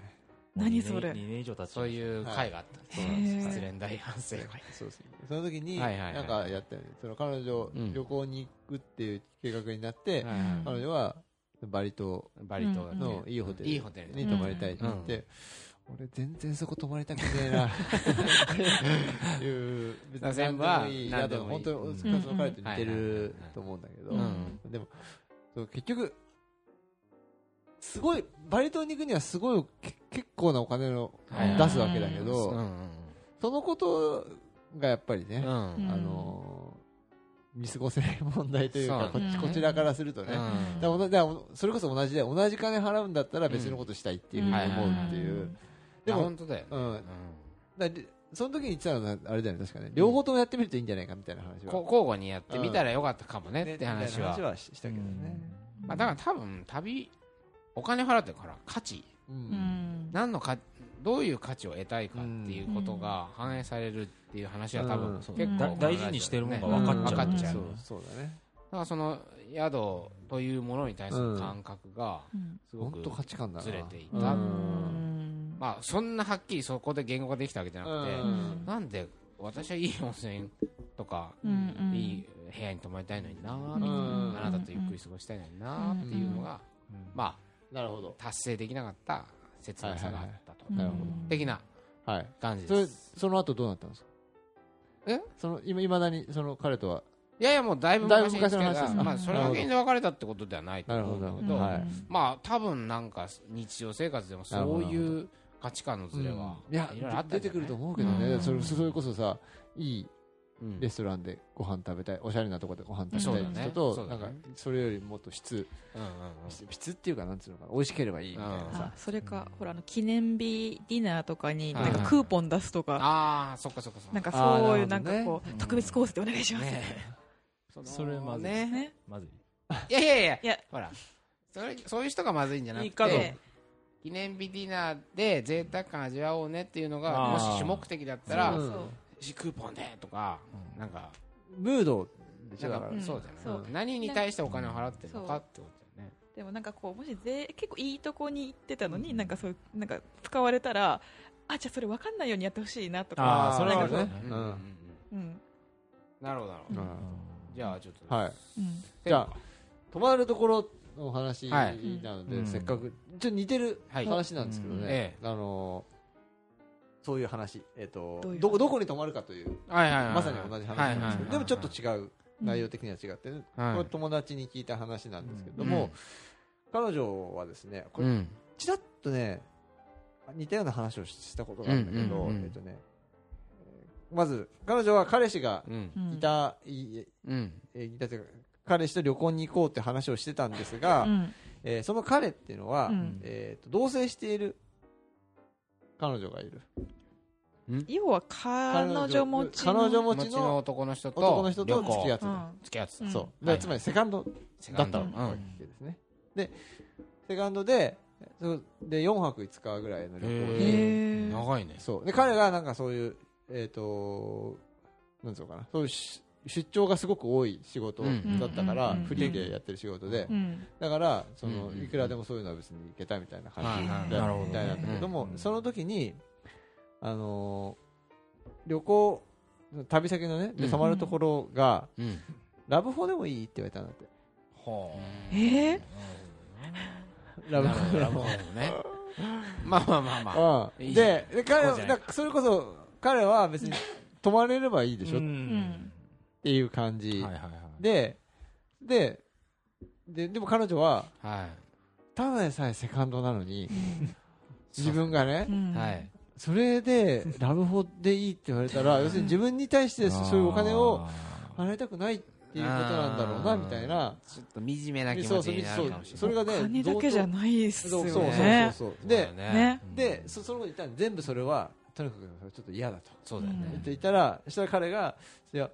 Speaker 4: 何それ
Speaker 1: 2年以上経ち
Speaker 2: そういう会があったんです、
Speaker 4: はいそうなんです
Speaker 2: 失恋大反省会
Speaker 3: そうですね。その時に、
Speaker 2: はいはいはい
Speaker 3: なんかやったよね。その彼女
Speaker 2: うん、
Speaker 3: 旅行に行くっていう計画になって、
Speaker 2: はいはい
Speaker 3: 彼女は、バリ島
Speaker 2: バリ島だね
Speaker 3: のいいホテル
Speaker 2: いいホテルだね
Speaker 3: に泊まりたいって言って、俺全然そこ泊まりたくねえな。いう、別
Speaker 2: 座禅は
Speaker 3: 何でもいい
Speaker 2: 何
Speaker 3: 宿
Speaker 2: でも
Speaker 3: が
Speaker 2: いい
Speaker 3: 本当に
Speaker 2: うん
Speaker 3: 大塚の彼と似て
Speaker 2: うんはいはいはい
Speaker 3: る
Speaker 2: はい
Speaker 3: と思うんだけど
Speaker 4: う、
Speaker 2: ん
Speaker 4: ん
Speaker 3: でも、そう結局、すごい、バリ島に行くにはすごいけ結構なお金を
Speaker 2: はいはい
Speaker 3: 出すわけだけ
Speaker 2: うんう
Speaker 3: ど、
Speaker 2: ん
Speaker 3: そのことがやっぱり
Speaker 2: う
Speaker 3: ね、
Speaker 2: んうん
Speaker 4: ん
Speaker 3: あのー、見過ごせない問題というか、
Speaker 2: そ
Speaker 3: こ
Speaker 2: う
Speaker 3: っ
Speaker 4: ね
Speaker 3: ちこちらからするとね、だか
Speaker 2: うん
Speaker 3: らおなだからそれこそ同じで、同じ金払うんだったら別のことしたいっていうふうに思うっていう。
Speaker 4: ん
Speaker 3: で
Speaker 2: いや
Speaker 3: も、
Speaker 2: 本当だよね
Speaker 3: うん、だか
Speaker 2: う
Speaker 3: らりその時に言ってたのは、あれだよね、確かね、両方ともやってみるといいんじゃないかみたいな話
Speaker 2: ん
Speaker 3: は。
Speaker 2: こ交互にやってみたらよかったかも
Speaker 3: う
Speaker 2: ねって話は
Speaker 3: したけどね。
Speaker 2: まあだから多分旅お金払ってから価値
Speaker 3: う。
Speaker 4: うんん
Speaker 2: 何のかどういう価値を得たいかっていうことが反映されるっていう話は多
Speaker 3: う
Speaker 2: 分
Speaker 3: ん
Speaker 2: 結
Speaker 1: そう
Speaker 2: 構
Speaker 1: だ大事にしてるもんが分かっちゃう
Speaker 2: 分かっちゃう
Speaker 3: うんそうそうだね。
Speaker 2: だからその宿というものに対する感覚が
Speaker 4: うん
Speaker 2: すご
Speaker 3: 本
Speaker 2: く
Speaker 3: 当価値観だな。
Speaker 2: ずれていた
Speaker 3: うん
Speaker 4: うん
Speaker 2: まあそんなはっきりそこで言語ができたわけじゃなくて、
Speaker 4: うん
Speaker 2: なんで私はいい温泉とか、
Speaker 4: うんうん
Speaker 2: いい部屋に泊まりたいのになー
Speaker 4: う
Speaker 2: とか、
Speaker 4: ん
Speaker 2: あなたとゆっくり過ごしたいのになーっていうのが、まあ
Speaker 3: なるほど。
Speaker 2: 達成できなかった切なさがあったと、
Speaker 4: うん
Speaker 3: なるほど
Speaker 2: 的な
Speaker 3: はい。
Speaker 2: 感じ
Speaker 3: それ
Speaker 2: です、
Speaker 3: その後どうなったんですか
Speaker 2: え
Speaker 3: その、今、いまだに、その彼とは。
Speaker 2: いやいやもうだいぶ昔にですけ
Speaker 3: だ
Speaker 2: ど
Speaker 3: いぶ昔の話です
Speaker 4: か
Speaker 2: まあそれが原因で別れたってことではないと思う
Speaker 3: なるほ
Speaker 2: け
Speaker 3: ど
Speaker 2: ど
Speaker 3: はい
Speaker 2: まあ多分なんか日常生活でもそういう価値観のズレは
Speaker 3: うんいや
Speaker 2: いろいろあった
Speaker 3: 出
Speaker 2: んじ
Speaker 3: て
Speaker 2: ゃ
Speaker 3: くる
Speaker 2: ない
Speaker 3: と思うけど
Speaker 4: う
Speaker 3: ね。
Speaker 4: ん
Speaker 3: それ、それこそさ、いい
Speaker 2: うん
Speaker 3: レストランでご飯食べたい、おしゃれなとこでご飯
Speaker 4: そ
Speaker 3: 食
Speaker 4: う
Speaker 3: べ
Speaker 4: だ
Speaker 3: たい
Speaker 4: ね
Speaker 3: 人と、
Speaker 2: そう
Speaker 3: な
Speaker 2: だ
Speaker 3: ん
Speaker 2: ね
Speaker 3: か、それよりもっと質、
Speaker 2: うんうんうん
Speaker 3: 質質っていうか、なんつうのかな、美味しければいいみたいな
Speaker 4: あ
Speaker 3: さ。
Speaker 4: それかほらあの記念日ディナーとかに
Speaker 2: はい
Speaker 4: なんかクーポン出すとか
Speaker 2: ああそっかそっかそっ
Speaker 4: なんか
Speaker 3: あー
Speaker 4: そういう
Speaker 3: な
Speaker 4: な
Speaker 3: る
Speaker 4: ん
Speaker 3: ほど
Speaker 4: か
Speaker 3: ね
Speaker 4: こう特別コースでお願いします
Speaker 2: ねその
Speaker 1: それまずい
Speaker 2: ね
Speaker 4: ね
Speaker 1: まずい
Speaker 2: いやいやいや
Speaker 4: いや
Speaker 2: ほらそれそういう人がまずいんじゃなく
Speaker 1: いいかどう
Speaker 2: て記念日ディナーで贅沢感味わおうねっていうのが
Speaker 1: あー
Speaker 2: もし主目的だったら
Speaker 3: う
Speaker 4: そ
Speaker 3: ん
Speaker 4: う
Speaker 2: しクーポンでとかなんか
Speaker 3: ムード
Speaker 2: なん
Speaker 3: そうだから
Speaker 2: かそうじゃ
Speaker 4: そ
Speaker 2: な
Speaker 4: う
Speaker 2: い何に対してお金を払ってるのかってことだよね
Speaker 4: でもなんかこうもしぜ結構いいとこに行ってたのに、なんかそういうなんか使われたらあじゃあそれ分かんないようにやってほしいなとか
Speaker 1: あーそれは
Speaker 4: な
Speaker 1: あ
Speaker 4: ん
Speaker 1: る
Speaker 4: か
Speaker 1: ね
Speaker 4: こ
Speaker 2: うんう
Speaker 3: う
Speaker 2: んんうん
Speaker 4: うん
Speaker 2: なるほどなるほ
Speaker 3: う
Speaker 2: ど
Speaker 3: ん
Speaker 2: じゃあちょっと
Speaker 3: はい。
Speaker 4: うん
Speaker 3: じゃあ泊まるところの話な
Speaker 2: はい
Speaker 3: ので、
Speaker 1: うん
Speaker 3: せっかくちょっと似てる
Speaker 2: はい
Speaker 3: 話なんですけどね、
Speaker 1: うん
Speaker 2: ええ
Speaker 3: あのーそういう話、えっと
Speaker 4: どういう話
Speaker 3: どこどこに泊まるかという
Speaker 2: はいはいはい
Speaker 3: まさに同じ話なんですけど、でもちょっと違う
Speaker 4: うん
Speaker 3: 内容的には違ってね、
Speaker 2: はい
Speaker 3: これ友達に聞いた話なんですけども、彼女はですねこ
Speaker 2: う
Speaker 3: れ
Speaker 2: ん
Speaker 3: ちらっとね似たような話をしたことがあるんだけど、
Speaker 2: うんうんうんうん
Speaker 3: えっとね、えーまず彼女は彼氏が
Speaker 2: うん
Speaker 4: うん
Speaker 3: いた、い
Speaker 2: うん
Speaker 3: えーだって彼氏と旅行に行こうって話をしてたんです
Speaker 4: う
Speaker 3: が、
Speaker 4: ん
Speaker 3: えーその彼っていうのは、
Speaker 4: うん
Speaker 3: えーと同棲している彼女がいる
Speaker 4: 要は彼女持ちの
Speaker 3: 彼女持
Speaker 2: 持ち
Speaker 3: ち
Speaker 2: の
Speaker 3: の
Speaker 2: 男の人と
Speaker 3: 男の人と
Speaker 2: 旅
Speaker 3: 付き合
Speaker 2: 行
Speaker 3: ってた、
Speaker 2: 付き合って
Speaker 4: うん
Speaker 2: た
Speaker 3: そううんで
Speaker 2: はい
Speaker 3: つまりセカンド
Speaker 2: セ
Speaker 3: だ
Speaker 2: カ
Speaker 3: っ
Speaker 2: ン
Speaker 3: た
Speaker 2: ド
Speaker 3: わけですね、でセカンドでそうで4泊5日ぐらいの旅行
Speaker 2: へ
Speaker 3: に
Speaker 4: へー
Speaker 2: 長いね
Speaker 3: そうで彼がなんかそういうえっ、となんつうのかなそういうし出張がすごく多い仕事だったから、
Speaker 4: うん
Speaker 3: フリーでやってる仕事で、
Speaker 4: うん
Speaker 3: だからその、
Speaker 2: うん
Speaker 3: いくらでもそういうのは別にいけたみたいな感じ
Speaker 2: はいはい
Speaker 3: だ
Speaker 1: なるほど
Speaker 3: みたいなんだけども、
Speaker 2: うん
Speaker 3: その時に、あのー旅行旅先のね
Speaker 2: う
Speaker 3: で
Speaker 2: ん
Speaker 3: 泊まるところが、
Speaker 2: うん
Speaker 3: ラブホでもいいって言われたんだって
Speaker 1: ほ
Speaker 4: えー
Speaker 3: ラブ
Speaker 2: なるほ
Speaker 3: ホ
Speaker 2: どラブホねまあまあまあまあ
Speaker 3: うん
Speaker 2: いいじゃん
Speaker 3: でで彼
Speaker 2: こ
Speaker 3: は
Speaker 2: うじゃない
Speaker 3: だからそれこそ彼は 別に泊まれればいいで
Speaker 1: で
Speaker 3: しょっ
Speaker 1: ん
Speaker 3: ていう感じ、
Speaker 1: はいはいはい
Speaker 3: ででででも彼女は
Speaker 2: は
Speaker 3: ただでさえセカンドなのに自分がね
Speaker 4: うん
Speaker 2: いはい
Speaker 3: それでラブホでいいって言われたら要するに自分に対してそういうお金を払いたくないっていうことなんだろうな
Speaker 2: あー
Speaker 3: みたいな
Speaker 2: ちょっと惨めな気
Speaker 3: そ
Speaker 2: 持
Speaker 3: う
Speaker 2: ち
Speaker 3: そう
Speaker 2: になるかもし
Speaker 3: そ
Speaker 2: れ
Speaker 3: れ
Speaker 2: ない
Speaker 3: がね
Speaker 4: 金だけじゃないです
Speaker 3: そ
Speaker 4: よ
Speaker 3: う
Speaker 4: ね
Speaker 3: そうそうそうそう
Speaker 2: そうだ
Speaker 3: で
Speaker 2: よね
Speaker 4: ね
Speaker 3: でそそのこと言ったら全部それはとにかくちょっと嫌だと
Speaker 2: そうだよ
Speaker 4: うん
Speaker 3: 言っ
Speaker 2: ね
Speaker 3: ていたらしたら彼がいや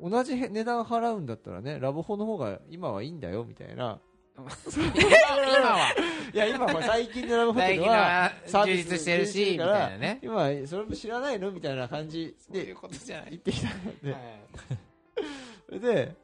Speaker 3: 同じ値段払うんだったらねラブホの方が今はいいんだよみたいな
Speaker 2: 今はい
Speaker 3: や今は最近のラブホ
Speaker 2: 大
Speaker 3: テル
Speaker 2: 事
Speaker 3: は
Speaker 2: な充実してるしみ
Speaker 3: か
Speaker 2: た
Speaker 3: ら
Speaker 2: いなね
Speaker 3: 今はそれも知らないのみたいな感じ
Speaker 2: そうい
Speaker 3: で
Speaker 2: うことじゃない
Speaker 3: 言ってきたんで
Speaker 2: はい
Speaker 3: それで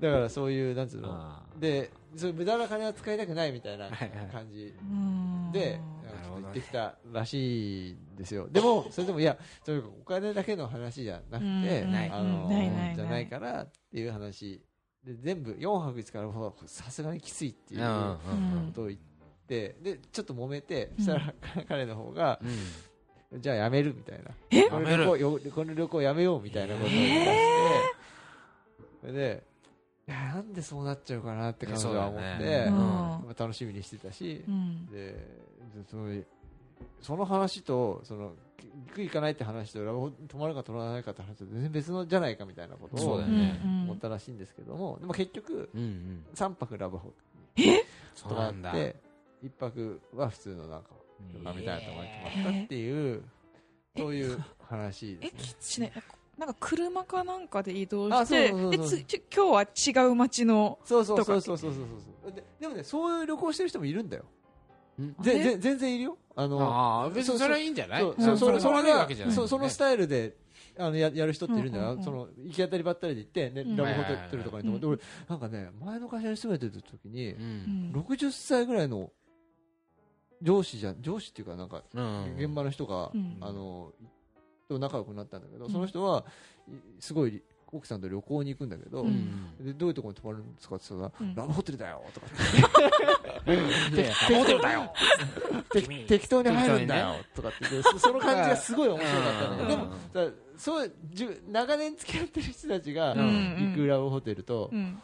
Speaker 3: だからそういうなんつうの
Speaker 1: あー
Speaker 3: でそれ無駄な金は使いたくないみたいな
Speaker 2: はいはい
Speaker 3: 感じ
Speaker 4: うん
Speaker 3: で、
Speaker 2: なる
Speaker 3: ちょっ
Speaker 2: ほど
Speaker 3: と
Speaker 2: ね
Speaker 3: 行ってきたらしいんですよ。でも、それでも、いや、とにかくお金だけの話じゃなく
Speaker 4: うん
Speaker 3: て、
Speaker 2: ない
Speaker 3: あの
Speaker 4: ないないない
Speaker 3: じゃないからっていう話。で、全部、4泊5日から、さすがにきついっていう
Speaker 2: うんうんうん
Speaker 3: ことを言っってでちょっと揉めてそしたら彼の方が
Speaker 2: うん
Speaker 3: じゃあやめるみたいな
Speaker 4: え
Speaker 3: この旅行よこの旅行やめようみたいなことを言い出して、それでいやなんでそうなっちゃうかなって彼女は思って、
Speaker 2: そうだよね
Speaker 4: うん
Speaker 3: まあ楽しみにしてたし
Speaker 4: う、ん
Speaker 3: ででそのその話とその行く行かないって話とラブホ泊まるか泊まらないかって話と全然別のじゃないかみたいなこと
Speaker 2: そう
Speaker 3: を
Speaker 2: だよ
Speaker 4: う
Speaker 2: ね
Speaker 4: ん
Speaker 3: 思ったらしいんですけども、でも結局
Speaker 2: うんうん
Speaker 3: 3泊ラブホ
Speaker 2: そ
Speaker 3: と
Speaker 2: う
Speaker 3: な
Speaker 2: な
Speaker 3: っ
Speaker 2: んだ
Speaker 3: て1泊は普通のなんか
Speaker 1: うん
Speaker 3: 旅みたいなところに泊まったっていう、
Speaker 4: え
Speaker 3: そういう話
Speaker 4: え
Speaker 3: ですね。
Speaker 4: しないなんか車かなんかで移動
Speaker 3: あ
Speaker 4: し
Speaker 3: そう
Speaker 4: て
Speaker 3: そう
Speaker 4: で
Speaker 3: そう
Speaker 4: つちょ今日は違う街の
Speaker 3: そうそう
Speaker 4: と
Speaker 3: そ
Speaker 4: か
Speaker 3: うそうそうそうそうででもねそういう旅行してる人もいるんだよ
Speaker 2: ん
Speaker 3: ぜ
Speaker 4: え
Speaker 3: ぜ全然いるよあの
Speaker 2: ああ別にそれはいいんじゃない
Speaker 3: そう
Speaker 4: うん
Speaker 3: そう
Speaker 4: そ
Speaker 3: そ
Speaker 4: れ
Speaker 3: れ
Speaker 4: は
Speaker 3: それ
Speaker 2: 悪いわ
Speaker 3: が
Speaker 2: けじゃない
Speaker 3: そうそのスタイルであのややる人っているんだ
Speaker 4: うんう
Speaker 3: よ
Speaker 4: んうん
Speaker 3: その行き当たりばったりで行ってね
Speaker 4: うん
Speaker 3: ラブホテルとかに泊まって
Speaker 4: うん
Speaker 3: 俺なんかね前の会社に住めてる時に
Speaker 2: うん
Speaker 3: 60歳ぐらいの上司じゃん上司っていうかなんか
Speaker 2: うん
Speaker 3: 現場の人が
Speaker 4: うん
Speaker 3: あのと仲良くなったんだけどその人はいすごい奥さんと旅行に行くんだけど
Speaker 4: うん
Speaker 3: でどういうところに泊まるんですかって言ったら
Speaker 4: うん
Speaker 3: ラブホテルだよとか
Speaker 2: でモデルだよ
Speaker 3: て
Speaker 1: 君
Speaker 3: 適当に入るんだよとかって言ってそ その感じがすごい面白かった
Speaker 4: う
Speaker 3: ね
Speaker 4: ん
Speaker 3: でもだそうじゅ長年付き合ってる人たちが
Speaker 2: うん
Speaker 3: 行くラブホテルと
Speaker 4: うん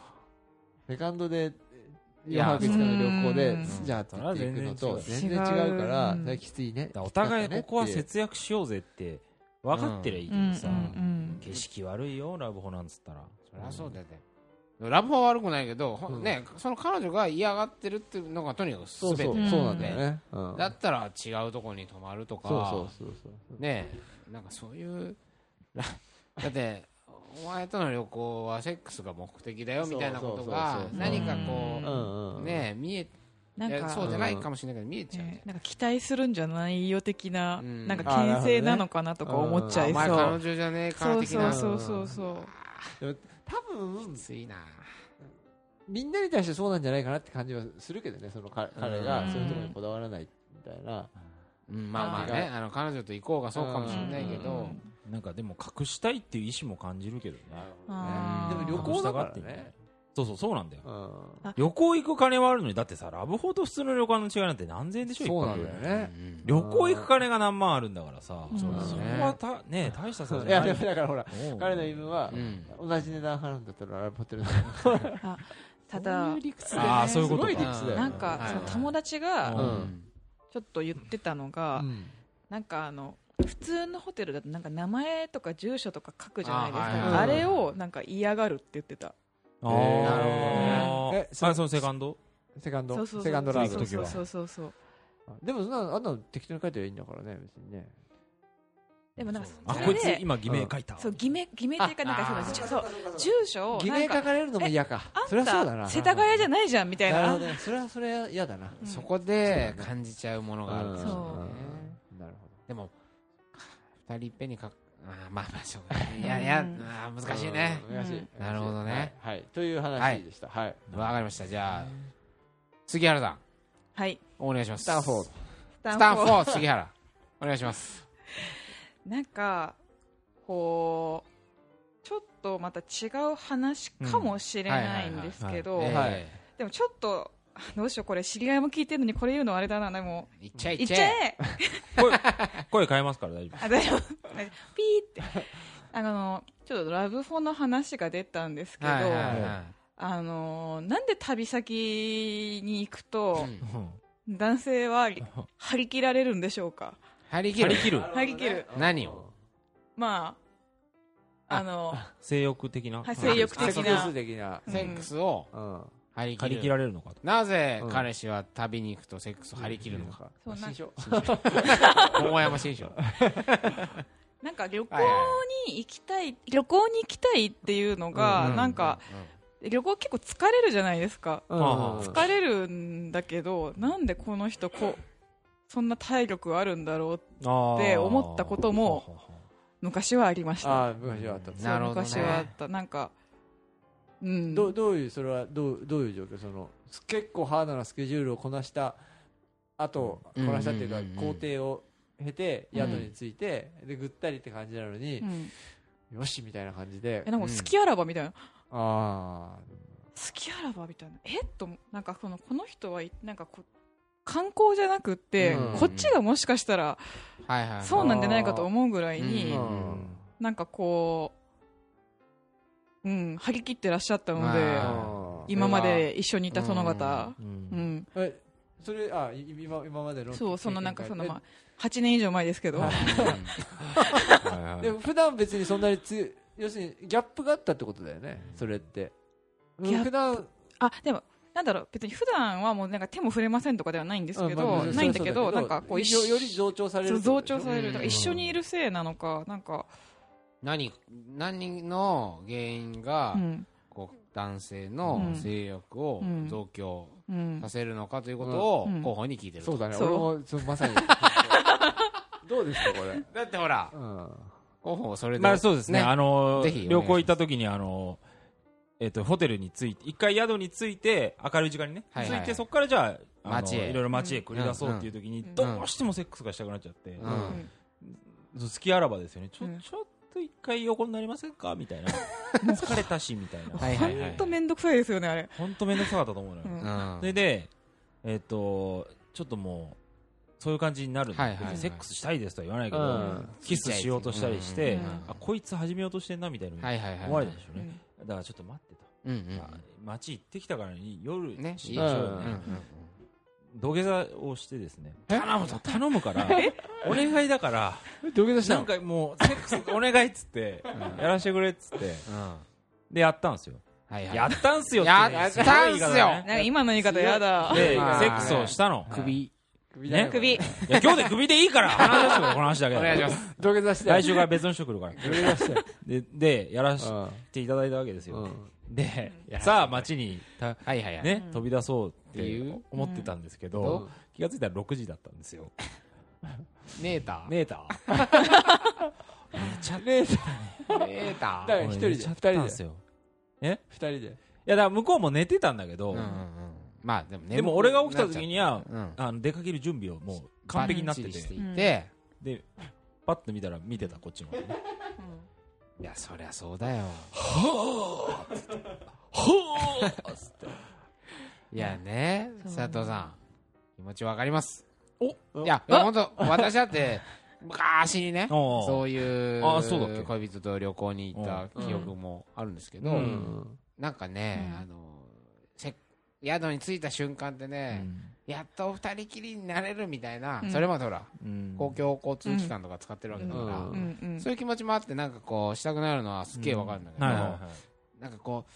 Speaker 3: セカンドで
Speaker 2: い
Speaker 3: 4
Speaker 2: や
Speaker 3: 泊5日の旅行
Speaker 4: う
Speaker 3: で
Speaker 4: ん
Speaker 3: じゃあって言っていくのと
Speaker 1: それは
Speaker 3: 全
Speaker 4: 全
Speaker 3: 然
Speaker 4: 然
Speaker 3: 違
Speaker 4: 違う
Speaker 3: うから
Speaker 4: うん
Speaker 3: それはきついね
Speaker 1: だからお互い
Speaker 3: きつ
Speaker 1: こ
Speaker 3: かったね
Speaker 1: こは
Speaker 3: っていう
Speaker 1: 節約しようぜって分かってりゃいいけ
Speaker 4: う
Speaker 1: ど
Speaker 4: ん
Speaker 1: さ、
Speaker 4: うん
Speaker 1: 景色悪いよラブホなんつったら
Speaker 2: そりゃそうだよねラブホは悪くないけど、ほん
Speaker 3: うん
Speaker 2: ねその彼女が嫌がってるっていうのがとにかく
Speaker 3: そ
Speaker 2: 全
Speaker 3: う
Speaker 2: て
Speaker 3: そうそ
Speaker 4: うん
Speaker 3: うなんだよねうん
Speaker 2: だったら違うとこに泊まるとか
Speaker 3: そうそうそうそう
Speaker 2: ねえなんかそういうらだってお前との旅行はセックスが目的だよみたいなこと
Speaker 3: そう
Speaker 2: が
Speaker 3: そうそうそう
Speaker 2: 何かこ
Speaker 3: う
Speaker 4: うん
Speaker 2: う、
Speaker 3: うん
Speaker 2: ねえ見え
Speaker 4: なん
Speaker 2: いや
Speaker 4: か
Speaker 2: そうじゃないかもしれないけど見えちゃう
Speaker 4: ねなんか期待するんじゃないよ的な、
Speaker 2: うん
Speaker 4: なんか牽制なのかなとか思っ
Speaker 2: じ
Speaker 4: ち
Speaker 2: ゃ
Speaker 4: ゃ
Speaker 2: ん、
Speaker 4: い
Speaker 2: お
Speaker 4: そう。
Speaker 2: 前彼女じゃねえか
Speaker 4: そう
Speaker 2: 的
Speaker 4: そう
Speaker 2: な
Speaker 4: そうそうそう。
Speaker 3: 多分
Speaker 2: きついな
Speaker 3: みんなに対してそうなんじゃないかなって感じはするけどねその彼彼
Speaker 2: う
Speaker 3: が
Speaker 2: ん
Speaker 3: そういうところにこだわらないみたいな
Speaker 2: うんまあまあねあの彼女と行こうがそうかもしれないけ
Speaker 4: うん
Speaker 2: ど
Speaker 1: なんかでも隠したいっていう意思も感じるけどね
Speaker 4: あー
Speaker 3: でも旅行だからね
Speaker 1: そうそうそうなんだよ
Speaker 3: うん
Speaker 1: 旅行行く金はあるのにだってさラブホと普通の旅館の違いなんて何千円でしょ
Speaker 3: そうなん
Speaker 1: 一
Speaker 3: だ
Speaker 1: 泊
Speaker 3: よね
Speaker 2: うん
Speaker 1: 旅行行く金が何万あるんだからさ、
Speaker 4: うん
Speaker 1: そこ
Speaker 4: そう
Speaker 3: だね
Speaker 1: はたね大した差
Speaker 3: い
Speaker 1: じゃ
Speaker 3: や
Speaker 1: ない
Speaker 3: でもだからほら
Speaker 1: うん
Speaker 3: 彼の言い分は
Speaker 2: うん
Speaker 3: 同じ値段払うんだったらラブホテルだ
Speaker 4: ただ、
Speaker 1: ああそういうこ
Speaker 3: す
Speaker 1: と
Speaker 3: ごい理
Speaker 1: か
Speaker 3: 屈だよ
Speaker 4: なんか、
Speaker 2: はい
Speaker 4: その友達
Speaker 1: う
Speaker 4: が
Speaker 1: ん
Speaker 4: ちょっと言ってたのが、なんかあの、普通のホテルだとなんか名前とか住所とか書くじゃないです
Speaker 2: あはい
Speaker 4: か。あ,、
Speaker 3: はいはい
Speaker 4: れをなんか嫌がるって言ってた。
Speaker 1: あー
Speaker 3: な
Speaker 2: るほど
Speaker 3: ねえそ
Speaker 1: あそのセカンド
Speaker 3: セカン
Speaker 4: そ
Speaker 3: ド
Speaker 4: うそうそう
Speaker 3: セカンドラ
Speaker 1: 行
Speaker 3: ブ
Speaker 1: く時
Speaker 4: そ
Speaker 1: は
Speaker 4: うそうそうそう。
Speaker 3: でもそんなのあんなの適当に書いてりゃいいんだからね別にね
Speaker 4: でもなんか
Speaker 1: あ
Speaker 4: そ
Speaker 1: こ
Speaker 4: れ
Speaker 1: いつ
Speaker 4: で、
Speaker 1: 今偽名書いた、
Speaker 4: そう偽名偽名っていうかなんかそ
Speaker 2: あ
Speaker 4: の
Speaker 2: あー
Speaker 4: ちょそう住所を
Speaker 3: 偽名
Speaker 4: なん
Speaker 3: 書
Speaker 4: か
Speaker 3: かれるのも嫌かそれはそうだな
Speaker 4: 世田谷じゃ
Speaker 3: な
Speaker 4: ないじゃんみたい
Speaker 3: なる
Speaker 4: な
Speaker 3: ほ。どねそれはそれは嫌だな
Speaker 4: うん
Speaker 2: そこで感じちゃうものがあるかもしれない
Speaker 4: そう
Speaker 2: ね
Speaker 3: うんなるほ
Speaker 2: でも二人いっぺんにかあーまあまあそうだねいやいや
Speaker 4: うん
Speaker 2: あー
Speaker 3: ど
Speaker 2: 難しいね
Speaker 3: うん難しい
Speaker 2: なるほどね
Speaker 3: はいはいという話でしたはい
Speaker 2: わかりましたじゃあ杉原さん
Speaker 4: はい。
Speaker 2: お願いします
Speaker 3: スタンフォード
Speaker 4: ス
Speaker 2: スタンフォード杉原お願いします
Speaker 4: なんかこうちょっとまた違う話かもしれないんですけど
Speaker 2: えー
Speaker 3: はい
Speaker 4: でもちょっとどうしようこれ知り合いも聞いてるのにこれ言うのあれだなでも
Speaker 2: いっちゃえい
Speaker 4: 言
Speaker 2: っ
Speaker 4: っ
Speaker 2: ち
Speaker 4: ち
Speaker 2: ゃ
Speaker 4: ゃ
Speaker 2: え
Speaker 4: え
Speaker 1: 声声変えますから大丈
Speaker 4: あ大丈夫ピーってあのちょっとラブフォンの話が出たんですけど、
Speaker 2: はいはいは
Speaker 4: あのなんで旅先に行くと
Speaker 2: いうん
Speaker 1: 夫、うん
Speaker 4: 男性は張り切られるんでしょうか
Speaker 2: 張り切
Speaker 1: 張
Speaker 2: る
Speaker 1: り切る
Speaker 4: 張り切る
Speaker 2: 何を
Speaker 4: まああの
Speaker 1: 性欲的な、
Speaker 4: はい性欲的な
Speaker 3: あセックス的な
Speaker 4: うん
Speaker 2: セックスを
Speaker 3: うん
Speaker 2: 張り切
Speaker 1: 張り
Speaker 2: る
Speaker 1: 切られるのかと
Speaker 2: なぜ彼氏は旅に行くとセックスを張り切るのか
Speaker 4: そうな
Speaker 3: 新
Speaker 4: んか
Speaker 3: 書
Speaker 2: 大山 新書
Speaker 4: なんか旅行
Speaker 2: はいはい
Speaker 4: に行きたい、旅行に行きたいっていうのが、なんか、旅行結構疲れるじゃないですか。
Speaker 3: うんん
Speaker 4: 疲れるんだけど、なんでこの人こう、そんな体力あるんだろう、って思ったことも昔はありました。
Speaker 3: ああ昔はあった
Speaker 4: そう
Speaker 2: なるほどね
Speaker 4: 昔はあった。なんか、うん。
Speaker 3: どうどういうそれはどうどういう状況そのす結構ハードなスケジュールをこなしたあとこ
Speaker 2: うん
Speaker 3: なしたっていうか
Speaker 2: うん
Speaker 3: 工程を経て
Speaker 4: うん
Speaker 3: 宿に着いてでぐったりって感じなのに
Speaker 4: うん
Speaker 3: よしみたいな感じで
Speaker 4: え、なんか、好きあらばみたいな。好
Speaker 3: ああ
Speaker 4: きあらばみたいな。えっと、なんかその、この人はい、なんかこう、観光じゃなくって、
Speaker 3: うん
Speaker 4: こっちがもしかしたら
Speaker 2: はいはい。
Speaker 4: そうなんじゃないかと思うぐらいに、
Speaker 2: うん
Speaker 4: なんかこう、うん、張り切ってらっしゃったので、
Speaker 2: あ
Speaker 3: あー
Speaker 4: 今まで一緒にいた殿方、うん
Speaker 3: えそれあい今今までの
Speaker 4: そう、そのなんかその、
Speaker 3: え
Speaker 4: まあ、8年以上前ですけど、
Speaker 1: はいはい
Speaker 3: でも普段別にそんなにつ要するにギャップがあったってことだよねそれって
Speaker 4: ギャップ
Speaker 3: 普段
Speaker 4: あ、でも、なんだろう、別に普段はもうなんか手も触れませんとかではないんですけ
Speaker 3: まあま
Speaker 4: ど、
Speaker 3: あ
Speaker 4: ないんだけ
Speaker 3: そ
Speaker 4: ど、
Speaker 3: うそ
Speaker 4: な
Speaker 3: うん
Speaker 4: かこう一
Speaker 3: よ
Speaker 4: 緒
Speaker 3: より増長され
Speaker 4: そ
Speaker 3: る
Speaker 4: う増長され
Speaker 2: う
Speaker 4: る。
Speaker 2: ん
Speaker 4: だから一緒にいるせいなのか、なんか、
Speaker 2: 何、何の原因が
Speaker 4: う、ん、
Speaker 2: こう、男性の性欲を
Speaker 4: うん
Speaker 2: 増強
Speaker 4: うん
Speaker 2: さ。せるのかということを
Speaker 4: うん
Speaker 2: 候補に聞いてると。
Speaker 3: そうだね
Speaker 4: そう
Speaker 3: 俺もそうまさにどうですかこれ
Speaker 2: だってほら、
Speaker 3: うん
Speaker 2: 候補それで。
Speaker 1: まあそうですね、あの
Speaker 2: ぜひお願
Speaker 1: 旅
Speaker 2: いしま
Speaker 1: 行行
Speaker 2: す
Speaker 1: った時にあのえっ、とホテルに着いて一回宿に着いて明るい時間にね、
Speaker 2: はいはい
Speaker 1: 着いてそこからじゃああの
Speaker 2: 街へ
Speaker 1: いろいろ街へ繰り出そうっていう時に、
Speaker 4: うん
Speaker 1: どうしてもセックスがしたくなっちゃって、
Speaker 2: うん
Speaker 1: そう好きあらばですよねちょ,、
Speaker 4: うん
Speaker 1: ちょっと一回横になりませんかみたい な疲れたしみたいな
Speaker 2: はいはいは
Speaker 4: ほ
Speaker 2: い
Speaker 4: んとめんどくさいですよね、あれ。
Speaker 1: 本当面倒くさかったと思うのよ、
Speaker 4: うん
Speaker 2: うん。
Speaker 1: それでえっ、とちょっともうそういう感じになるんで、
Speaker 2: はいはいは
Speaker 1: 別
Speaker 2: い
Speaker 1: にセックスしたいですとは言わないけ
Speaker 3: う
Speaker 1: ど、
Speaker 3: ん
Speaker 1: キスしようとしたりして、
Speaker 4: うん
Speaker 1: あこいつ始めようとしてんなみたいな、
Speaker 2: はいはいはい。
Speaker 1: 思われたでしょう
Speaker 4: う
Speaker 1: ね、
Speaker 4: ん
Speaker 1: だからちょっと待ってと、
Speaker 2: うん
Speaker 1: あ街行ってきたからに夜
Speaker 2: ね
Speaker 1: しましょうよ
Speaker 2: うん。
Speaker 1: ね
Speaker 2: うん
Speaker 1: 土下座をしてですね
Speaker 3: え
Speaker 1: 頼 むと頼むからお願いだから
Speaker 3: え土下座した
Speaker 1: な
Speaker 3: の
Speaker 1: んかもうセックスお願いっつってやらしてくれっつって
Speaker 2: うん。うん
Speaker 1: でやったんすよ
Speaker 2: はいはい。
Speaker 1: やったんすよって
Speaker 2: やったんすよ
Speaker 1: ごい言い方だね
Speaker 4: なんか今の言い方やだ。
Speaker 1: でセ
Speaker 2: まあ
Speaker 1: ックスをしたの
Speaker 2: 首。
Speaker 3: 首だよ
Speaker 1: ね
Speaker 3: これ
Speaker 4: 首。
Speaker 1: いや今日で首でいいから話しましょうこの話だけ
Speaker 2: お
Speaker 1: だ
Speaker 2: 願いします。
Speaker 3: 土下座して
Speaker 1: 来週から別の人来るから
Speaker 3: 土下座して
Speaker 1: ででやら
Speaker 3: う
Speaker 1: せ
Speaker 3: ん
Speaker 1: ていただいたわけです
Speaker 3: う
Speaker 1: よ
Speaker 3: ん
Speaker 1: で
Speaker 2: うん
Speaker 1: さあ街にた
Speaker 2: はいはいはい。
Speaker 1: ね
Speaker 4: うん
Speaker 1: 飛び出そうって
Speaker 2: いう
Speaker 1: 思ってたんですけ
Speaker 2: う
Speaker 1: ど
Speaker 2: ん
Speaker 1: 気がついたら6時だったんですよ。
Speaker 2: ネータ
Speaker 1: 寝た寝ちゃっ
Speaker 3: ね
Speaker 2: ネータ
Speaker 3: だよ一人で
Speaker 1: 寝ちゃったんですよ。
Speaker 3: 二人で
Speaker 1: いや、だから向こうも寝てたんだけど、
Speaker 2: うんうんうんまあでもね。
Speaker 1: でも俺が起きた時には、
Speaker 2: うん、
Speaker 1: あの出かける準備をもう完璧になって
Speaker 2: バッチ
Speaker 1: て
Speaker 2: リ、してい
Speaker 4: うん
Speaker 2: て、
Speaker 1: で、パッと見たら見てた、こっちの方ね。
Speaker 2: いや、そりゃそうだよ。
Speaker 1: ほ
Speaker 2: いやね、
Speaker 4: そう
Speaker 2: 佐藤さん、気持ちわかります。
Speaker 3: お
Speaker 2: いや、本当私だって、昔にね、
Speaker 1: おうおう
Speaker 2: そういう
Speaker 1: あそうだっけ
Speaker 2: 恋人と旅行に行った記憶もあるんですけど、
Speaker 1: うん
Speaker 3: うん
Speaker 2: なんかね、
Speaker 4: うん
Speaker 2: あの、せ宿に着いた瞬間ってね、やっと二人きりになれるみたいな、
Speaker 4: うん
Speaker 2: それまでほら、
Speaker 1: うん
Speaker 2: 公共交通機関とか使ってるわけだから、
Speaker 3: うんうん
Speaker 4: うんうん
Speaker 2: そういう気持ちもあって、なんかこう、したくなるのはすっげえわかるんだけど、
Speaker 1: はいはいはい
Speaker 2: なんかこう、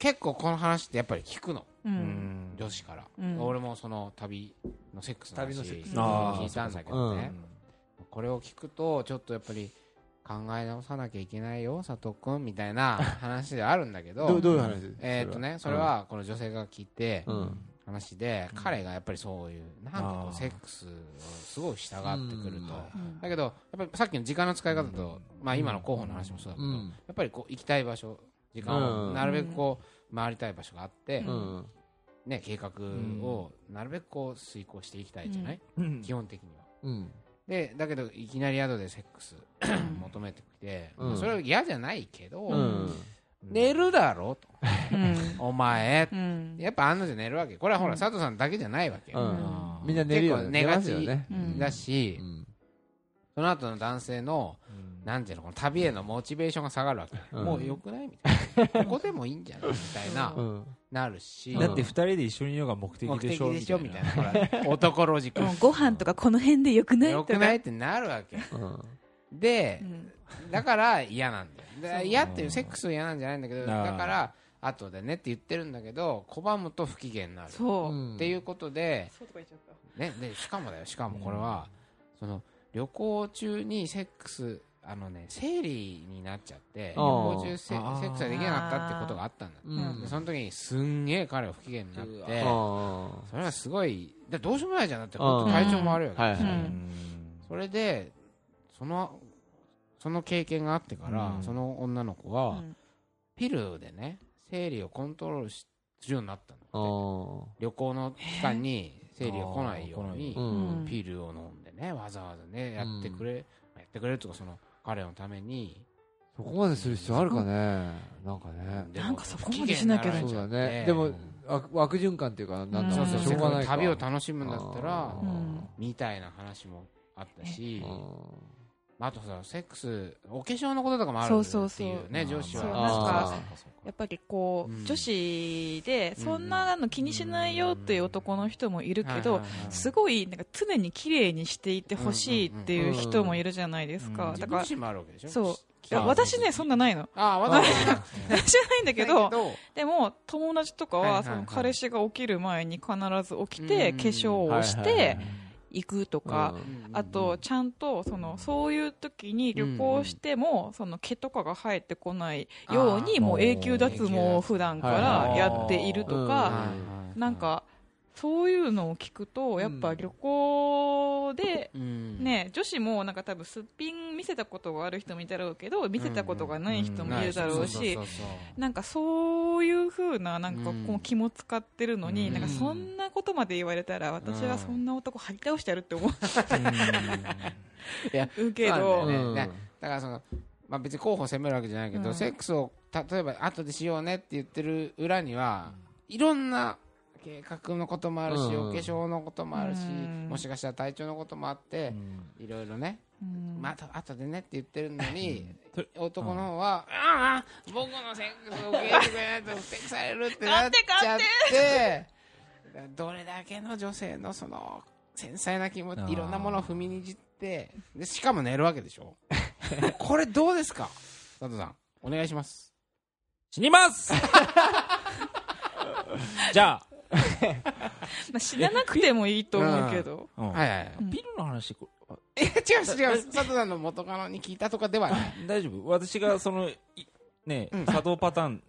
Speaker 2: 結構この話ってやっぱり聞くの、
Speaker 4: うん
Speaker 1: うん
Speaker 2: 女子から。
Speaker 4: うん
Speaker 2: 俺もその旅のセックスの
Speaker 3: 旅
Speaker 2: 話
Speaker 3: のセック
Speaker 4: ス
Speaker 2: 聞いたんだけど
Speaker 3: あー
Speaker 2: ね。これを聞くと、ちょっとやっぱり考え直さなきゃいけないよ、佐藤くんみたいな話ではあるんだけ
Speaker 3: ど う
Speaker 2: ど、
Speaker 3: どういう話
Speaker 2: えーっとね、それはこの女性が聞いて
Speaker 3: う、ん
Speaker 2: 話で、彼がやっぱりそういう、なんかこ
Speaker 1: あー
Speaker 2: う、セックスをすごい従ってくる
Speaker 3: うん
Speaker 2: と。
Speaker 4: うん
Speaker 2: だけど、やっぱりさっきの時間の使い方と、まあ今の候補の話もそうだけ
Speaker 3: う
Speaker 2: ど、
Speaker 3: ん
Speaker 2: やっぱりこう行きたい場所時間
Speaker 3: う
Speaker 2: を
Speaker 3: ん
Speaker 2: なるべくこう回りたい場所があって、
Speaker 3: うん
Speaker 2: ね、計画をなるべくこう遂行していきたいじゃない、
Speaker 1: うん
Speaker 2: 基本的には。
Speaker 3: うん
Speaker 2: でだけどいきなり宿でセッ クス求めてきて、
Speaker 3: うん
Speaker 2: それは嫌じゃないけど、
Speaker 3: うん
Speaker 2: 寝るだろと
Speaker 4: うん
Speaker 2: お前
Speaker 4: うん
Speaker 2: やっぱあんなじゃ寝るわけこれはほら、
Speaker 4: うん
Speaker 2: 佐藤さんだけじゃないわけ、
Speaker 3: うん
Speaker 1: あー
Speaker 3: みんな寝るよね
Speaker 2: 結構寝がち
Speaker 3: ますよね
Speaker 4: うん
Speaker 2: だし、
Speaker 3: うん
Speaker 2: その後の男性の
Speaker 1: うん
Speaker 2: なんていうのこの旅へのモチベーションが下がるわけ、
Speaker 3: うん
Speaker 2: もうよくないみたいなここでもいいんじゃないみたいな、
Speaker 3: うん
Speaker 2: なるし、
Speaker 1: だって二人で一緒にいるのが目的
Speaker 2: 目
Speaker 1: で
Speaker 2: 的
Speaker 1: しょ
Speaker 2: でしょみたいな。ほら、男ロジック。
Speaker 4: もうご飯とかこの辺でよくない
Speaker 2: よくないってなるわけ。
Speaker 3: うん
Speaker 2: で
Speaker 4: う、ん
Speaker 2: だから嫌なんだよだから。
Speaker 4: そう
Speaker 2: 嫌っていう、セックスは嫌なんじゃないんだけど、
Speaker 1: あ
Speaker 2: だ
Speaker 1: ー
Speaker 2: から、後でねって言ってるんだけど、拒むと不機嫌になる。
Speaker 4: そう。
Speaker 2: っていうことで、
Speaker 4: そうとか言っちゃった。
Speaker 2: ね、で、しかもだよ、しかもこれは、その、旅行中にセックス、あのね、生理になっちゃって、
Speaker 3: あ
Speaker 2: 旅
Speaker 3: ー
Speaker 2: 行中セセ
Speaker 1: あー
Speaker 2: ックスができなかったってことがあったんだ
Speaker 3: う
Speaker 2: って。
Speaker 3: ん
Speaker 2: でその時に、すんげえ彼は不機嫌になっ
Speaker 1: う
Speaker 2: て、
Speaker 3: あ
Speaker 2: それはすごい、だどうしようもないじゃん、だって、
Speaker 3: うん
Speaker 2: 本当体調も悪いわけ、
Speaker 3: はいはい
Speaker 1: うん
Speaker 2: それで、その、その経験があってから、
Speaker 1: うん
Speaker 2: その女の子は、ピルでね、生理をコントロールしするようになったの。
Speaker 3: あー
Speaker 2: 旅行の期間に生理が来ないように
Speaker 3: う、ん
Speaker 2: ピルを飲んでね、わざわざね、やってくれ、やってくれるとか、その、彼のために、
Speaker 3: そこまでする必要あるかねなんかね
Speaker 2: でも
Speaker 4: なんかそこまでしなきゃ
Speaker 2: 不機嫌にられちゃ
Speaker 3: そう
Speaker 2: っ
Speaker 3: だ
Speaker 2: て
Speaker 3: ねでも
Speaker 2: うん
Speaker 3: 悪悪循環っていうか、なんだ
Speaker 2: そ
Speaker 3: ろ
Speaker 2: う
Speaker 4: う
Speaker 2: そ
Speaker 4: ん
Speaker 2: う
Speaker 3: しょうがないか。
Speaker 2: 旅を楽しむんだったら
Speaker 3: あ
Speaker 4: う
Speaker 3: ー
Speaker 4: ん
Speaker 2: みたいな話もあったし
Speaker 3: うん
Speaker 2: あとさセックスお化粧のこととかもあるっ
Speaker 4: そう
Speaker 2: てい
Speaker 4: そううそう
Speaker 2: ね女子は
Speaker 4: そ
Speaker 3: な
Speaker 4: う
Speaker 3: ん
Speaker 1: あー
Speaker 3: か
Speaker 1: そうかそう
Speaker 4: やっぱりこう、
Speaker 2: うん
Speaker 4: 女子でそんなの気にしないよっていう男の人もいるけど、
Speaker 2: はいはいはい
Speaker 4: すごいなんか常に綺麗にしていてほしいっていう人もいるじゃないです
Speaker 1: うん
Speaker 4: か、だ
Speaker 2: 自
Speaker 4: か
Speaker 2: 分
Speaker 4: ら
Speaker 2: 自身もあるわけでしょ
Speaker 4: そうい
Speaker 2: き
Speaker 4: や私ねそんなないの
Speaker 2: ああ私
Speaker 3: あー
Speaker 4: 知らないんだけどでも友達とか
Speaker 2: はいはい
Speaker 4: は
Speaker 2: はい
Speaker 4: その彼氏が起きる前に必ず起きて
Speaker 2: うん
Speaker 4: 化粧をし
Speaker 3: はいはいは
Speaker 4: て
Speaker 3: い
Speaker 4: 行くとか
Speaker 3: うん
Speaker 4: あとちゃんとそのそういう時に旅行してもその毛とかが生えてこないように
Speaker 1: あー
Speaker 4: もう永久脱毛を普段からやっていると
Speaker 3: は
Speaker 4: かなんかそういうのを聞くとやっぱ旅行で
Speaker 2: ね
Speaker 4: ね、女子もなんか多分すっぴん見せたことがある人もいたろうけど見せたことがない人もいるだろうしなんかそういう風ななんか
Speaker 2: うん
Speaker 4: こう気も使ってるのに、
Speaker 2: うん
Speaker 4: なんかそんなことまで言われたら私はそんな男張り倒してやるって思うけ
Speaker 2: そう
Speaker 4: ど、
Speaker 2: ね
Speaker 3: うん
Speaker 2: ねだからその、まあ、別に候補を責めるわけじゃないけど、
Speaker 4: うん
Speaker 2: セックスをた例えば後でしようねって言ってる裏には、いろんな計画のこともあるし、
Speaker 3: うん
Speaker 2: お化粧のこともあるし、
Speaker 4: うん
Speaker 2: もしかしたら体調のこともあって、いろいろね、
Speaker 4: うん
Speaker 2: また後でねって言ってるのに、
Speaker 1: と
Speaker 2: 男の方は、ああ、僕のセックスを受け入れてくれないと不適されるってなっちゃっ
Speaker 4: 勝
Speaker 2: て、どれだけの女性のその繊細な気持
Speaker 1: あ
Speaker 2: ち、
Speaker 1: ー
Speaker 2: いろんなものを踏みにじって、でしかも寝るわけでしょ。 これどうですか佐藤さん、お願いします。
Speaker 1: 死にます じゃ
Speaker 4: まあ、死ななくてもいいと思うけど、
Speaker 1: あ、うん
Speaker 2: はいはいはい。
Speaker 4: うん
Speaker 1: ピルの話これ
Speaker 2: え、違う違う、佐藤さんの元カノに聞いたとかではない。
Speaker 1: 大丈夫私がそのいね
Speaker 2: うん
Speaker 1: 作動パターン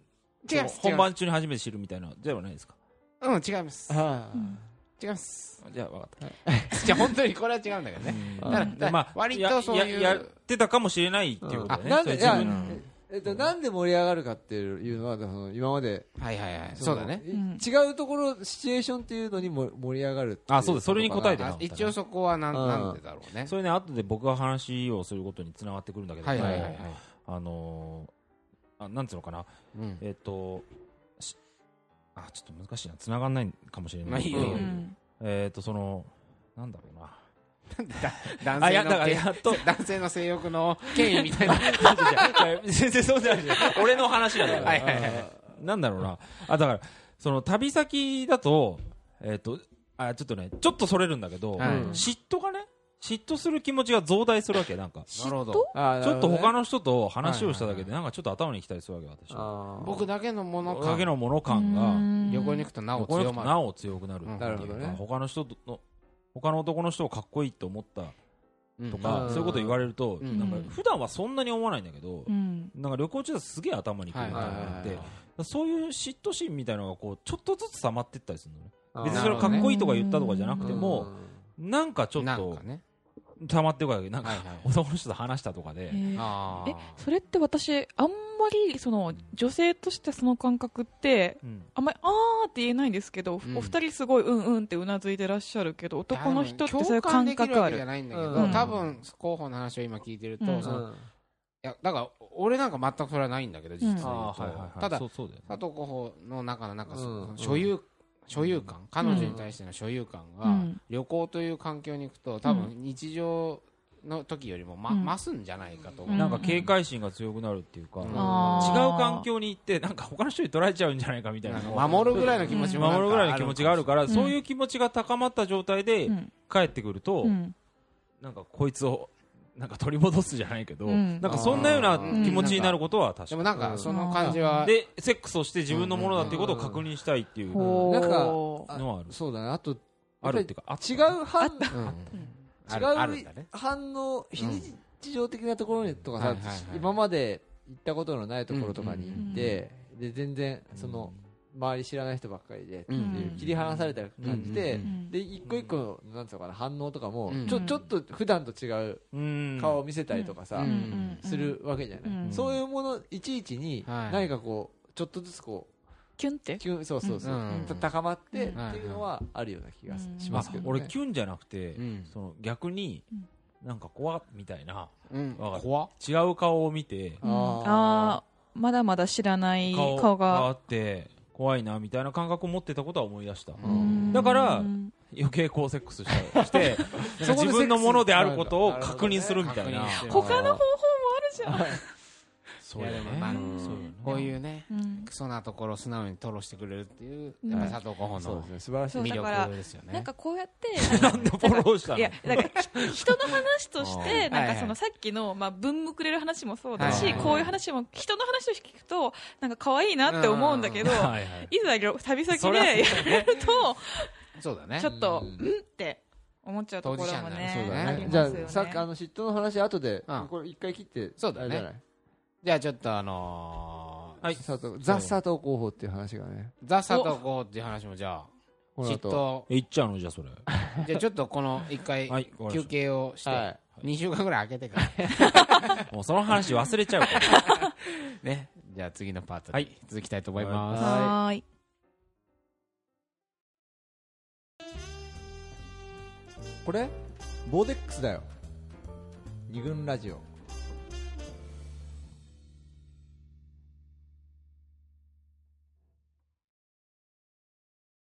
Speaker 2: 違います。
Speaker 1: 本番中に初めて知るみたいなではないですか
Speaker 2: 違いますうん、違います。
Speaker 3: は
Speaker 4: うん
Speaker 2: 違います。
Speaker 1: じゃあ分かった
Speaker 2: じゃあ本当にこれは違うんだけどね。
Speaker 1: ね
Speaker 2: だ
Speaker 3: うん
Speaker 2: から
Speaker 1: でまあ、
Speaker 2: 割とそういう
Speaker 1: やややってたかもしれないっていうことだよ
Speaker 3: い。
Speaker 1: ね。
Speaker 3: なん
Speaker 1: それ
Speaker 3: で、い
Speaker 1: 自
Speaker 3: や
Speaker 1: 分
Speaker 2: の
Speaker 3: えっと、なんで盛り上がるかっていうのは、その今まで、
Speaker 2: はいはいはい。
Speaker 3: の
Speaker 2: そうだね。
Speaker 3: い
Speaker 4: うん
Speaker 3: 違うところ、シチュエーションっていうのにも盛り上がるってい
Speaker 1: あそうですそれに答えて
Speaker 2: あ一応そこはなんなんでだろうね。
Speaker 1: それね、後で僕が話をすることにつながってくるんだけど、
Speaker 2: はいはいはいはい。
Speaker 1: あのーあ、なんつうのかな、
Speaker 2: うん
Speaker 1: えっ、と、しあ、ちょっと難しいな、つながんないかもしれ
Speaker 2: ま
Speaker 1: な
Speaker 2: あ
Speaker 1: い
Speaker 2: い
Speaker 1: け
Speaker 2: い
Speaker 1: ど、
Speaker 2: よいいよ
Speaker 4: うん
Speaker 1: えっ、と、その、なんだろうな。
Speaker 2: 男
Speaker 1: あ、
Speaker 2: 性
Speaker 1: やだから
Speaker 2: の
Speaker 1: やっと、
Speaker 2: 男性の性欲の権威み たいな。
Speaker 1: 全然そうじゃない 俺の話なんだから。
Speaker 2: はいはいはい
Speaker 1: なんだろうな。あ、だから、その旅先だと、えっ、と、あ、ちょっとね、ちょっとそれるんだけど、
Speaker 2: はい
Speaker 1: 嫉妬がね、嫉妬する気持ちが増大するわけ、なんか。ち
Speaker 2: なるほど。
Speaker 3: あー
Speaker 1: ょっと他
Speaker 3: なる
Speaker 1: の人と話をしただけで、なんかちょっと頭にきたりするわけ、私。
Speaker 3: ほどね
Speaker 2: 僕だけのもの
Speaker 1: おか
Speaker 2: か
Speaker 1: げ。のもの感が、
Speaker 2: 旅行に行くとなお
Speaker 1: この
Speaker 2: 強
Speaker 1: 人
Speaker 2: まる。
Speaker 1: なお強くなるっていうか。
Speaker 2: な
Speaker 3: るほどね
Speaker 1: 他の人との、他の男の人をかっこいいと思った
Speaker 2: うん
Speaker 1: とか、
Speaker 3: うん
Speaker 1: そういうこと言われると、
Speaker 2: うん
Speaker 1: なんか普段はそんなに思わないんだけど、
Speaker 4: うん
Speaker 1: なんか旅行中だとすげえ頭にくる
Speaker 2: は
Speaker 1: み
Speaker 2: い
Speaker 1: たいなのがあ
Speaker 3: は
Speaker 1: っ
Speaker 3: い
Speaker 1: て、
Speaker 3: はい
Speaker 1: だからそういう嫉妬心みたいなのがこうちょっとずつ溜まってったりするのね
Speaker 3: あー
Speaker 1: 別にそれをかっこいいとか言ったとかじゃなくても、
Speaker 3: うん
Speaker 1: なんかちょっ
Speaker 2: なん
Speaker 1: と
Speaker 2: かね。
Speaker 1: 溜まってるからなん
Speaker 2: はい
Speaker 1: か
Speaker 2: はい
Speaker 1: 男の人と話したとかで、
Speaker 4: えー
Speaker 2: あ
Speaker 4: え
Speaker 2: ー
Speaker 4: それって私あんまりその女性としてその感覚って
Speaker 1: うん
Speaker 4: あんまり、あーって言えないんですけど、
Speaker 2: うん
Speaker 4: お二人すごいうんうんってうなずいてらっしゃるけど、男の人ってそういう
Speaker 2: 共感
Speaker 4: 感
Speaker 2: できる
Speaker 4: 覚
Speaker 2: わ
Speaker 4: あ
Speaker 2: けじゃ
Speaker 4: る。
Speaker 2: ないんだけ
Speaker 3: う
Speaker 2: ど、
Speaker 3: ん
Speaker 2: 多分、候補の話を今聞いてると、
Speaker 4: うん
Speaker 2: そのいや、だから、俺なんか全くそれはないんだけど、実は言うと
Speaker 1: ああはいはいはい
Speaker 2: ただ
Speaker 1: そうそうだよね
Speaker 2: 佐藤候補の中のなんかその
Speaker 3: うん
Speaker 2: 所有、所有感彼女に対しての所有感が、
Speaker 4: うん
Speaker 2: 旅行という環境に行くと多分日常の時よりも、ま
Speaker 4: うん
Speaker 2: 増すんじゃないかと思う、
Speaker 4: うん
Speaker 1: なんか警戒心が強くなるっていうか、
Speaker 2: うん
Speaker 1: 違う
Speaker 4: あー
Speaker 1: 環境に行ってなんか他の人に取られちゃうんじゃないかみたいなのを
Speaker 2: 守るぐらいの気持ちもなんか
Speaker 1: 守るぐらいの気持ちがあるから、
Speaker 4: ん
Speaker 1: そういう気持ちが高まった状態で
Speaker 4: うん
Speaker 1: 帰ってくると、
Speaker 4: うん
Speaker 1: なんかこいつをなんか取り戻すじゃないけど、
Speaker 4: うん
Speaker 1: なんかそんなような気持ちになることは確か
Speaker 2: でも
Speaker 1: に
Speaker 2: なんかその感じは、
Speaker 1: でセックスをして自分のものだっていうことを確認したいっていうの
Speaker 4: ほう
Speaker 3: なんかあ
Speaker 1: はある、
Speaker 3: そうだねあと
Speaker 1: あるっていうかあ
Speaker 3: 違う反
Speaker 2: うんあ
Speaker 3: 違
Speaker 2: る
Speaker 3: う
Speaker 2: あるんだね
Speaker 3: 反応非日常的なところにとかさ、
Speaker 2: はいはいはい
Speaker 3: 今まで行ったことのないところとかに行って、で全然その周り知らない人ばっかりでっていう、
Speaker 4: うん
Speaker 3: 切り離された感じで、
Speaker 2: うん
Speaker 4: うん
Speaker 3: で一個一個のなんつうのかな反応とかも、
Speaker 2: うん
Speaker 3: ちょちょっと普段と違う
Speaker 1: うん
Speaker 3: 顔を見せたりとかさ、
Speaker 2: うん
Speaker 3: するわけじゃない、
Speaker 4: うん
Speaker 3: そういうものいちいちに
Speaker 2: はい
Speaker 3: 何かこうちょっとずつこ
Speaker 4: キュンって
Speaker 3: うキュンそうそうそう、
Speaker 2: うん
Speaker 3: た高まってっ
Speaker 4: うん
Speaker 3: ていうのはあるような気が
Speaker 4: うん
Speaker 3: し
Speaker 1: ま
Speaker 3: ま
Speaker 1: あ
Speaker 3: すけど、ね、
Speaker 1: 俺キュンじゃなくて、
Speaker 2: うん
Speaker 1: その逆に
Speaker 4: うん
Speaker 1: なんか怖っみたいな
Speaker 2: うん
Speaker 1: わかる
Speaker 2: 怖っ
Speaker 1: 違う顔を見て
Speaker 4: うんああ、まだまだ知らない
Speaker 1: 顔
Speaker 4: 顔
Speaker 1: 変わ
Speaker 4: が
Speaker 1: って怖いなみたいな感覚を持ってたことは思い出した、
Speaker 3: うん
Speaker 4: うん
Speaker 1: だから
Speaker 4: うん
Speaker 1: 余計こうセックスした して
Speaker 3: そこ
Speaker 1: 自
Speaker 3: で
Speaker 1: 分のものであることを
Speaker 3: セックス
Speaker 1: 確認するみたいな
Speaker 2: なるほどね
Speaker 4: 他の方法もある
Speaker 1: そう
Speaker 2: い
Speaker 1: よ
Speaker 2: や
Speaker 1: ね
Speaker 2: でもまあ
Speaker 1: うんそうよね
Speaker 2: こういうね
Speaker 4: じゃんうん
Speaker 2: クソなところを素直に吐露してくれるっていう
Speaker 4: うん
Speaker 2: やっぱ佐藤候補
Speaker 3: そう
Speaker 2: の
Speaker 3: ですね素晴らしい
Speaker 4: そう
Speaker 2: 魅
Speaker 4: だから
Speaker 2: 力ですよね
Speaker 4: なんかこうやって
Speaker 1: なんでフォローしたの
Speaker 4: いやだからひ人の話とし
Speaker 1: あ
Speaker 4: て
Speaker 1: あ
Speaker 4: なん
Speaker 2: はい
Speaker 4: か
Speaker 2: はい
Speaker 4: そのさっきの、まあ、文むくれる話もそうだし、
Speaker 2: はいはいはい
Speaker 4: こういう話も人の話を聞くとなんか可愛いなって思うんだけど、
Speaker 1: はいはい
Speaker 4: いざ旅旅先
Speaker 1: そ
Speaker 4: で
Speaker 1: りゃ
Speaker 4: やると
Speaker 2: そうだね
Speaker 4: ちょっと
Speaker 3: う
Speaker 4: うんんって思っちゃうところもね
Speaker 3: そう
Speaker 4: あ
Speaker 3: だ
Speaker 4: り
Speaker 3: ね
Speaker 4: ます
Speaker 3: じゃ
Speaker 4: よ
Speaker 3: あ
Speaker 4: ね
Speaker 3: さっきあの嫉妬の話後で
Speaker 2: うん
Speaker 3: これ一回切って
Speaker 2: そうだね
Speaker 3: あれじゃない
Speaker 2: じゃあちょっとあのー
Speaker 1: はい
Speaker 3: 佐藤ザ佐藤候補っていう話がね
Speaker 2: ザ・佐藤候補っていう話もじゃあ
Speaker 3: この
Speaker 2: 嫉妬
Speaker 3: 後
Speaker 1: えいっちゃうのじゃあそれ
Speaker 2: じゃあちょっとこの一 回
Speaker 1: はいわかりま
Speaker 2: 休
Speaker 1: し
Speaker 2: 憩をして
Speaker 3: はい
Speaker 2: 2週間ぐらい空けてから
Speaker 1: たもうその話忘れちゃうから
Speaker 2: ねじゃあ次のパート
Speaker 1: は
Speaker 2: に
Speaker 1: い
Speaker 2: 続きたいと思います
Speaker 4: はーい
Speaker 3: これボーデックスだよ二軍ラジオ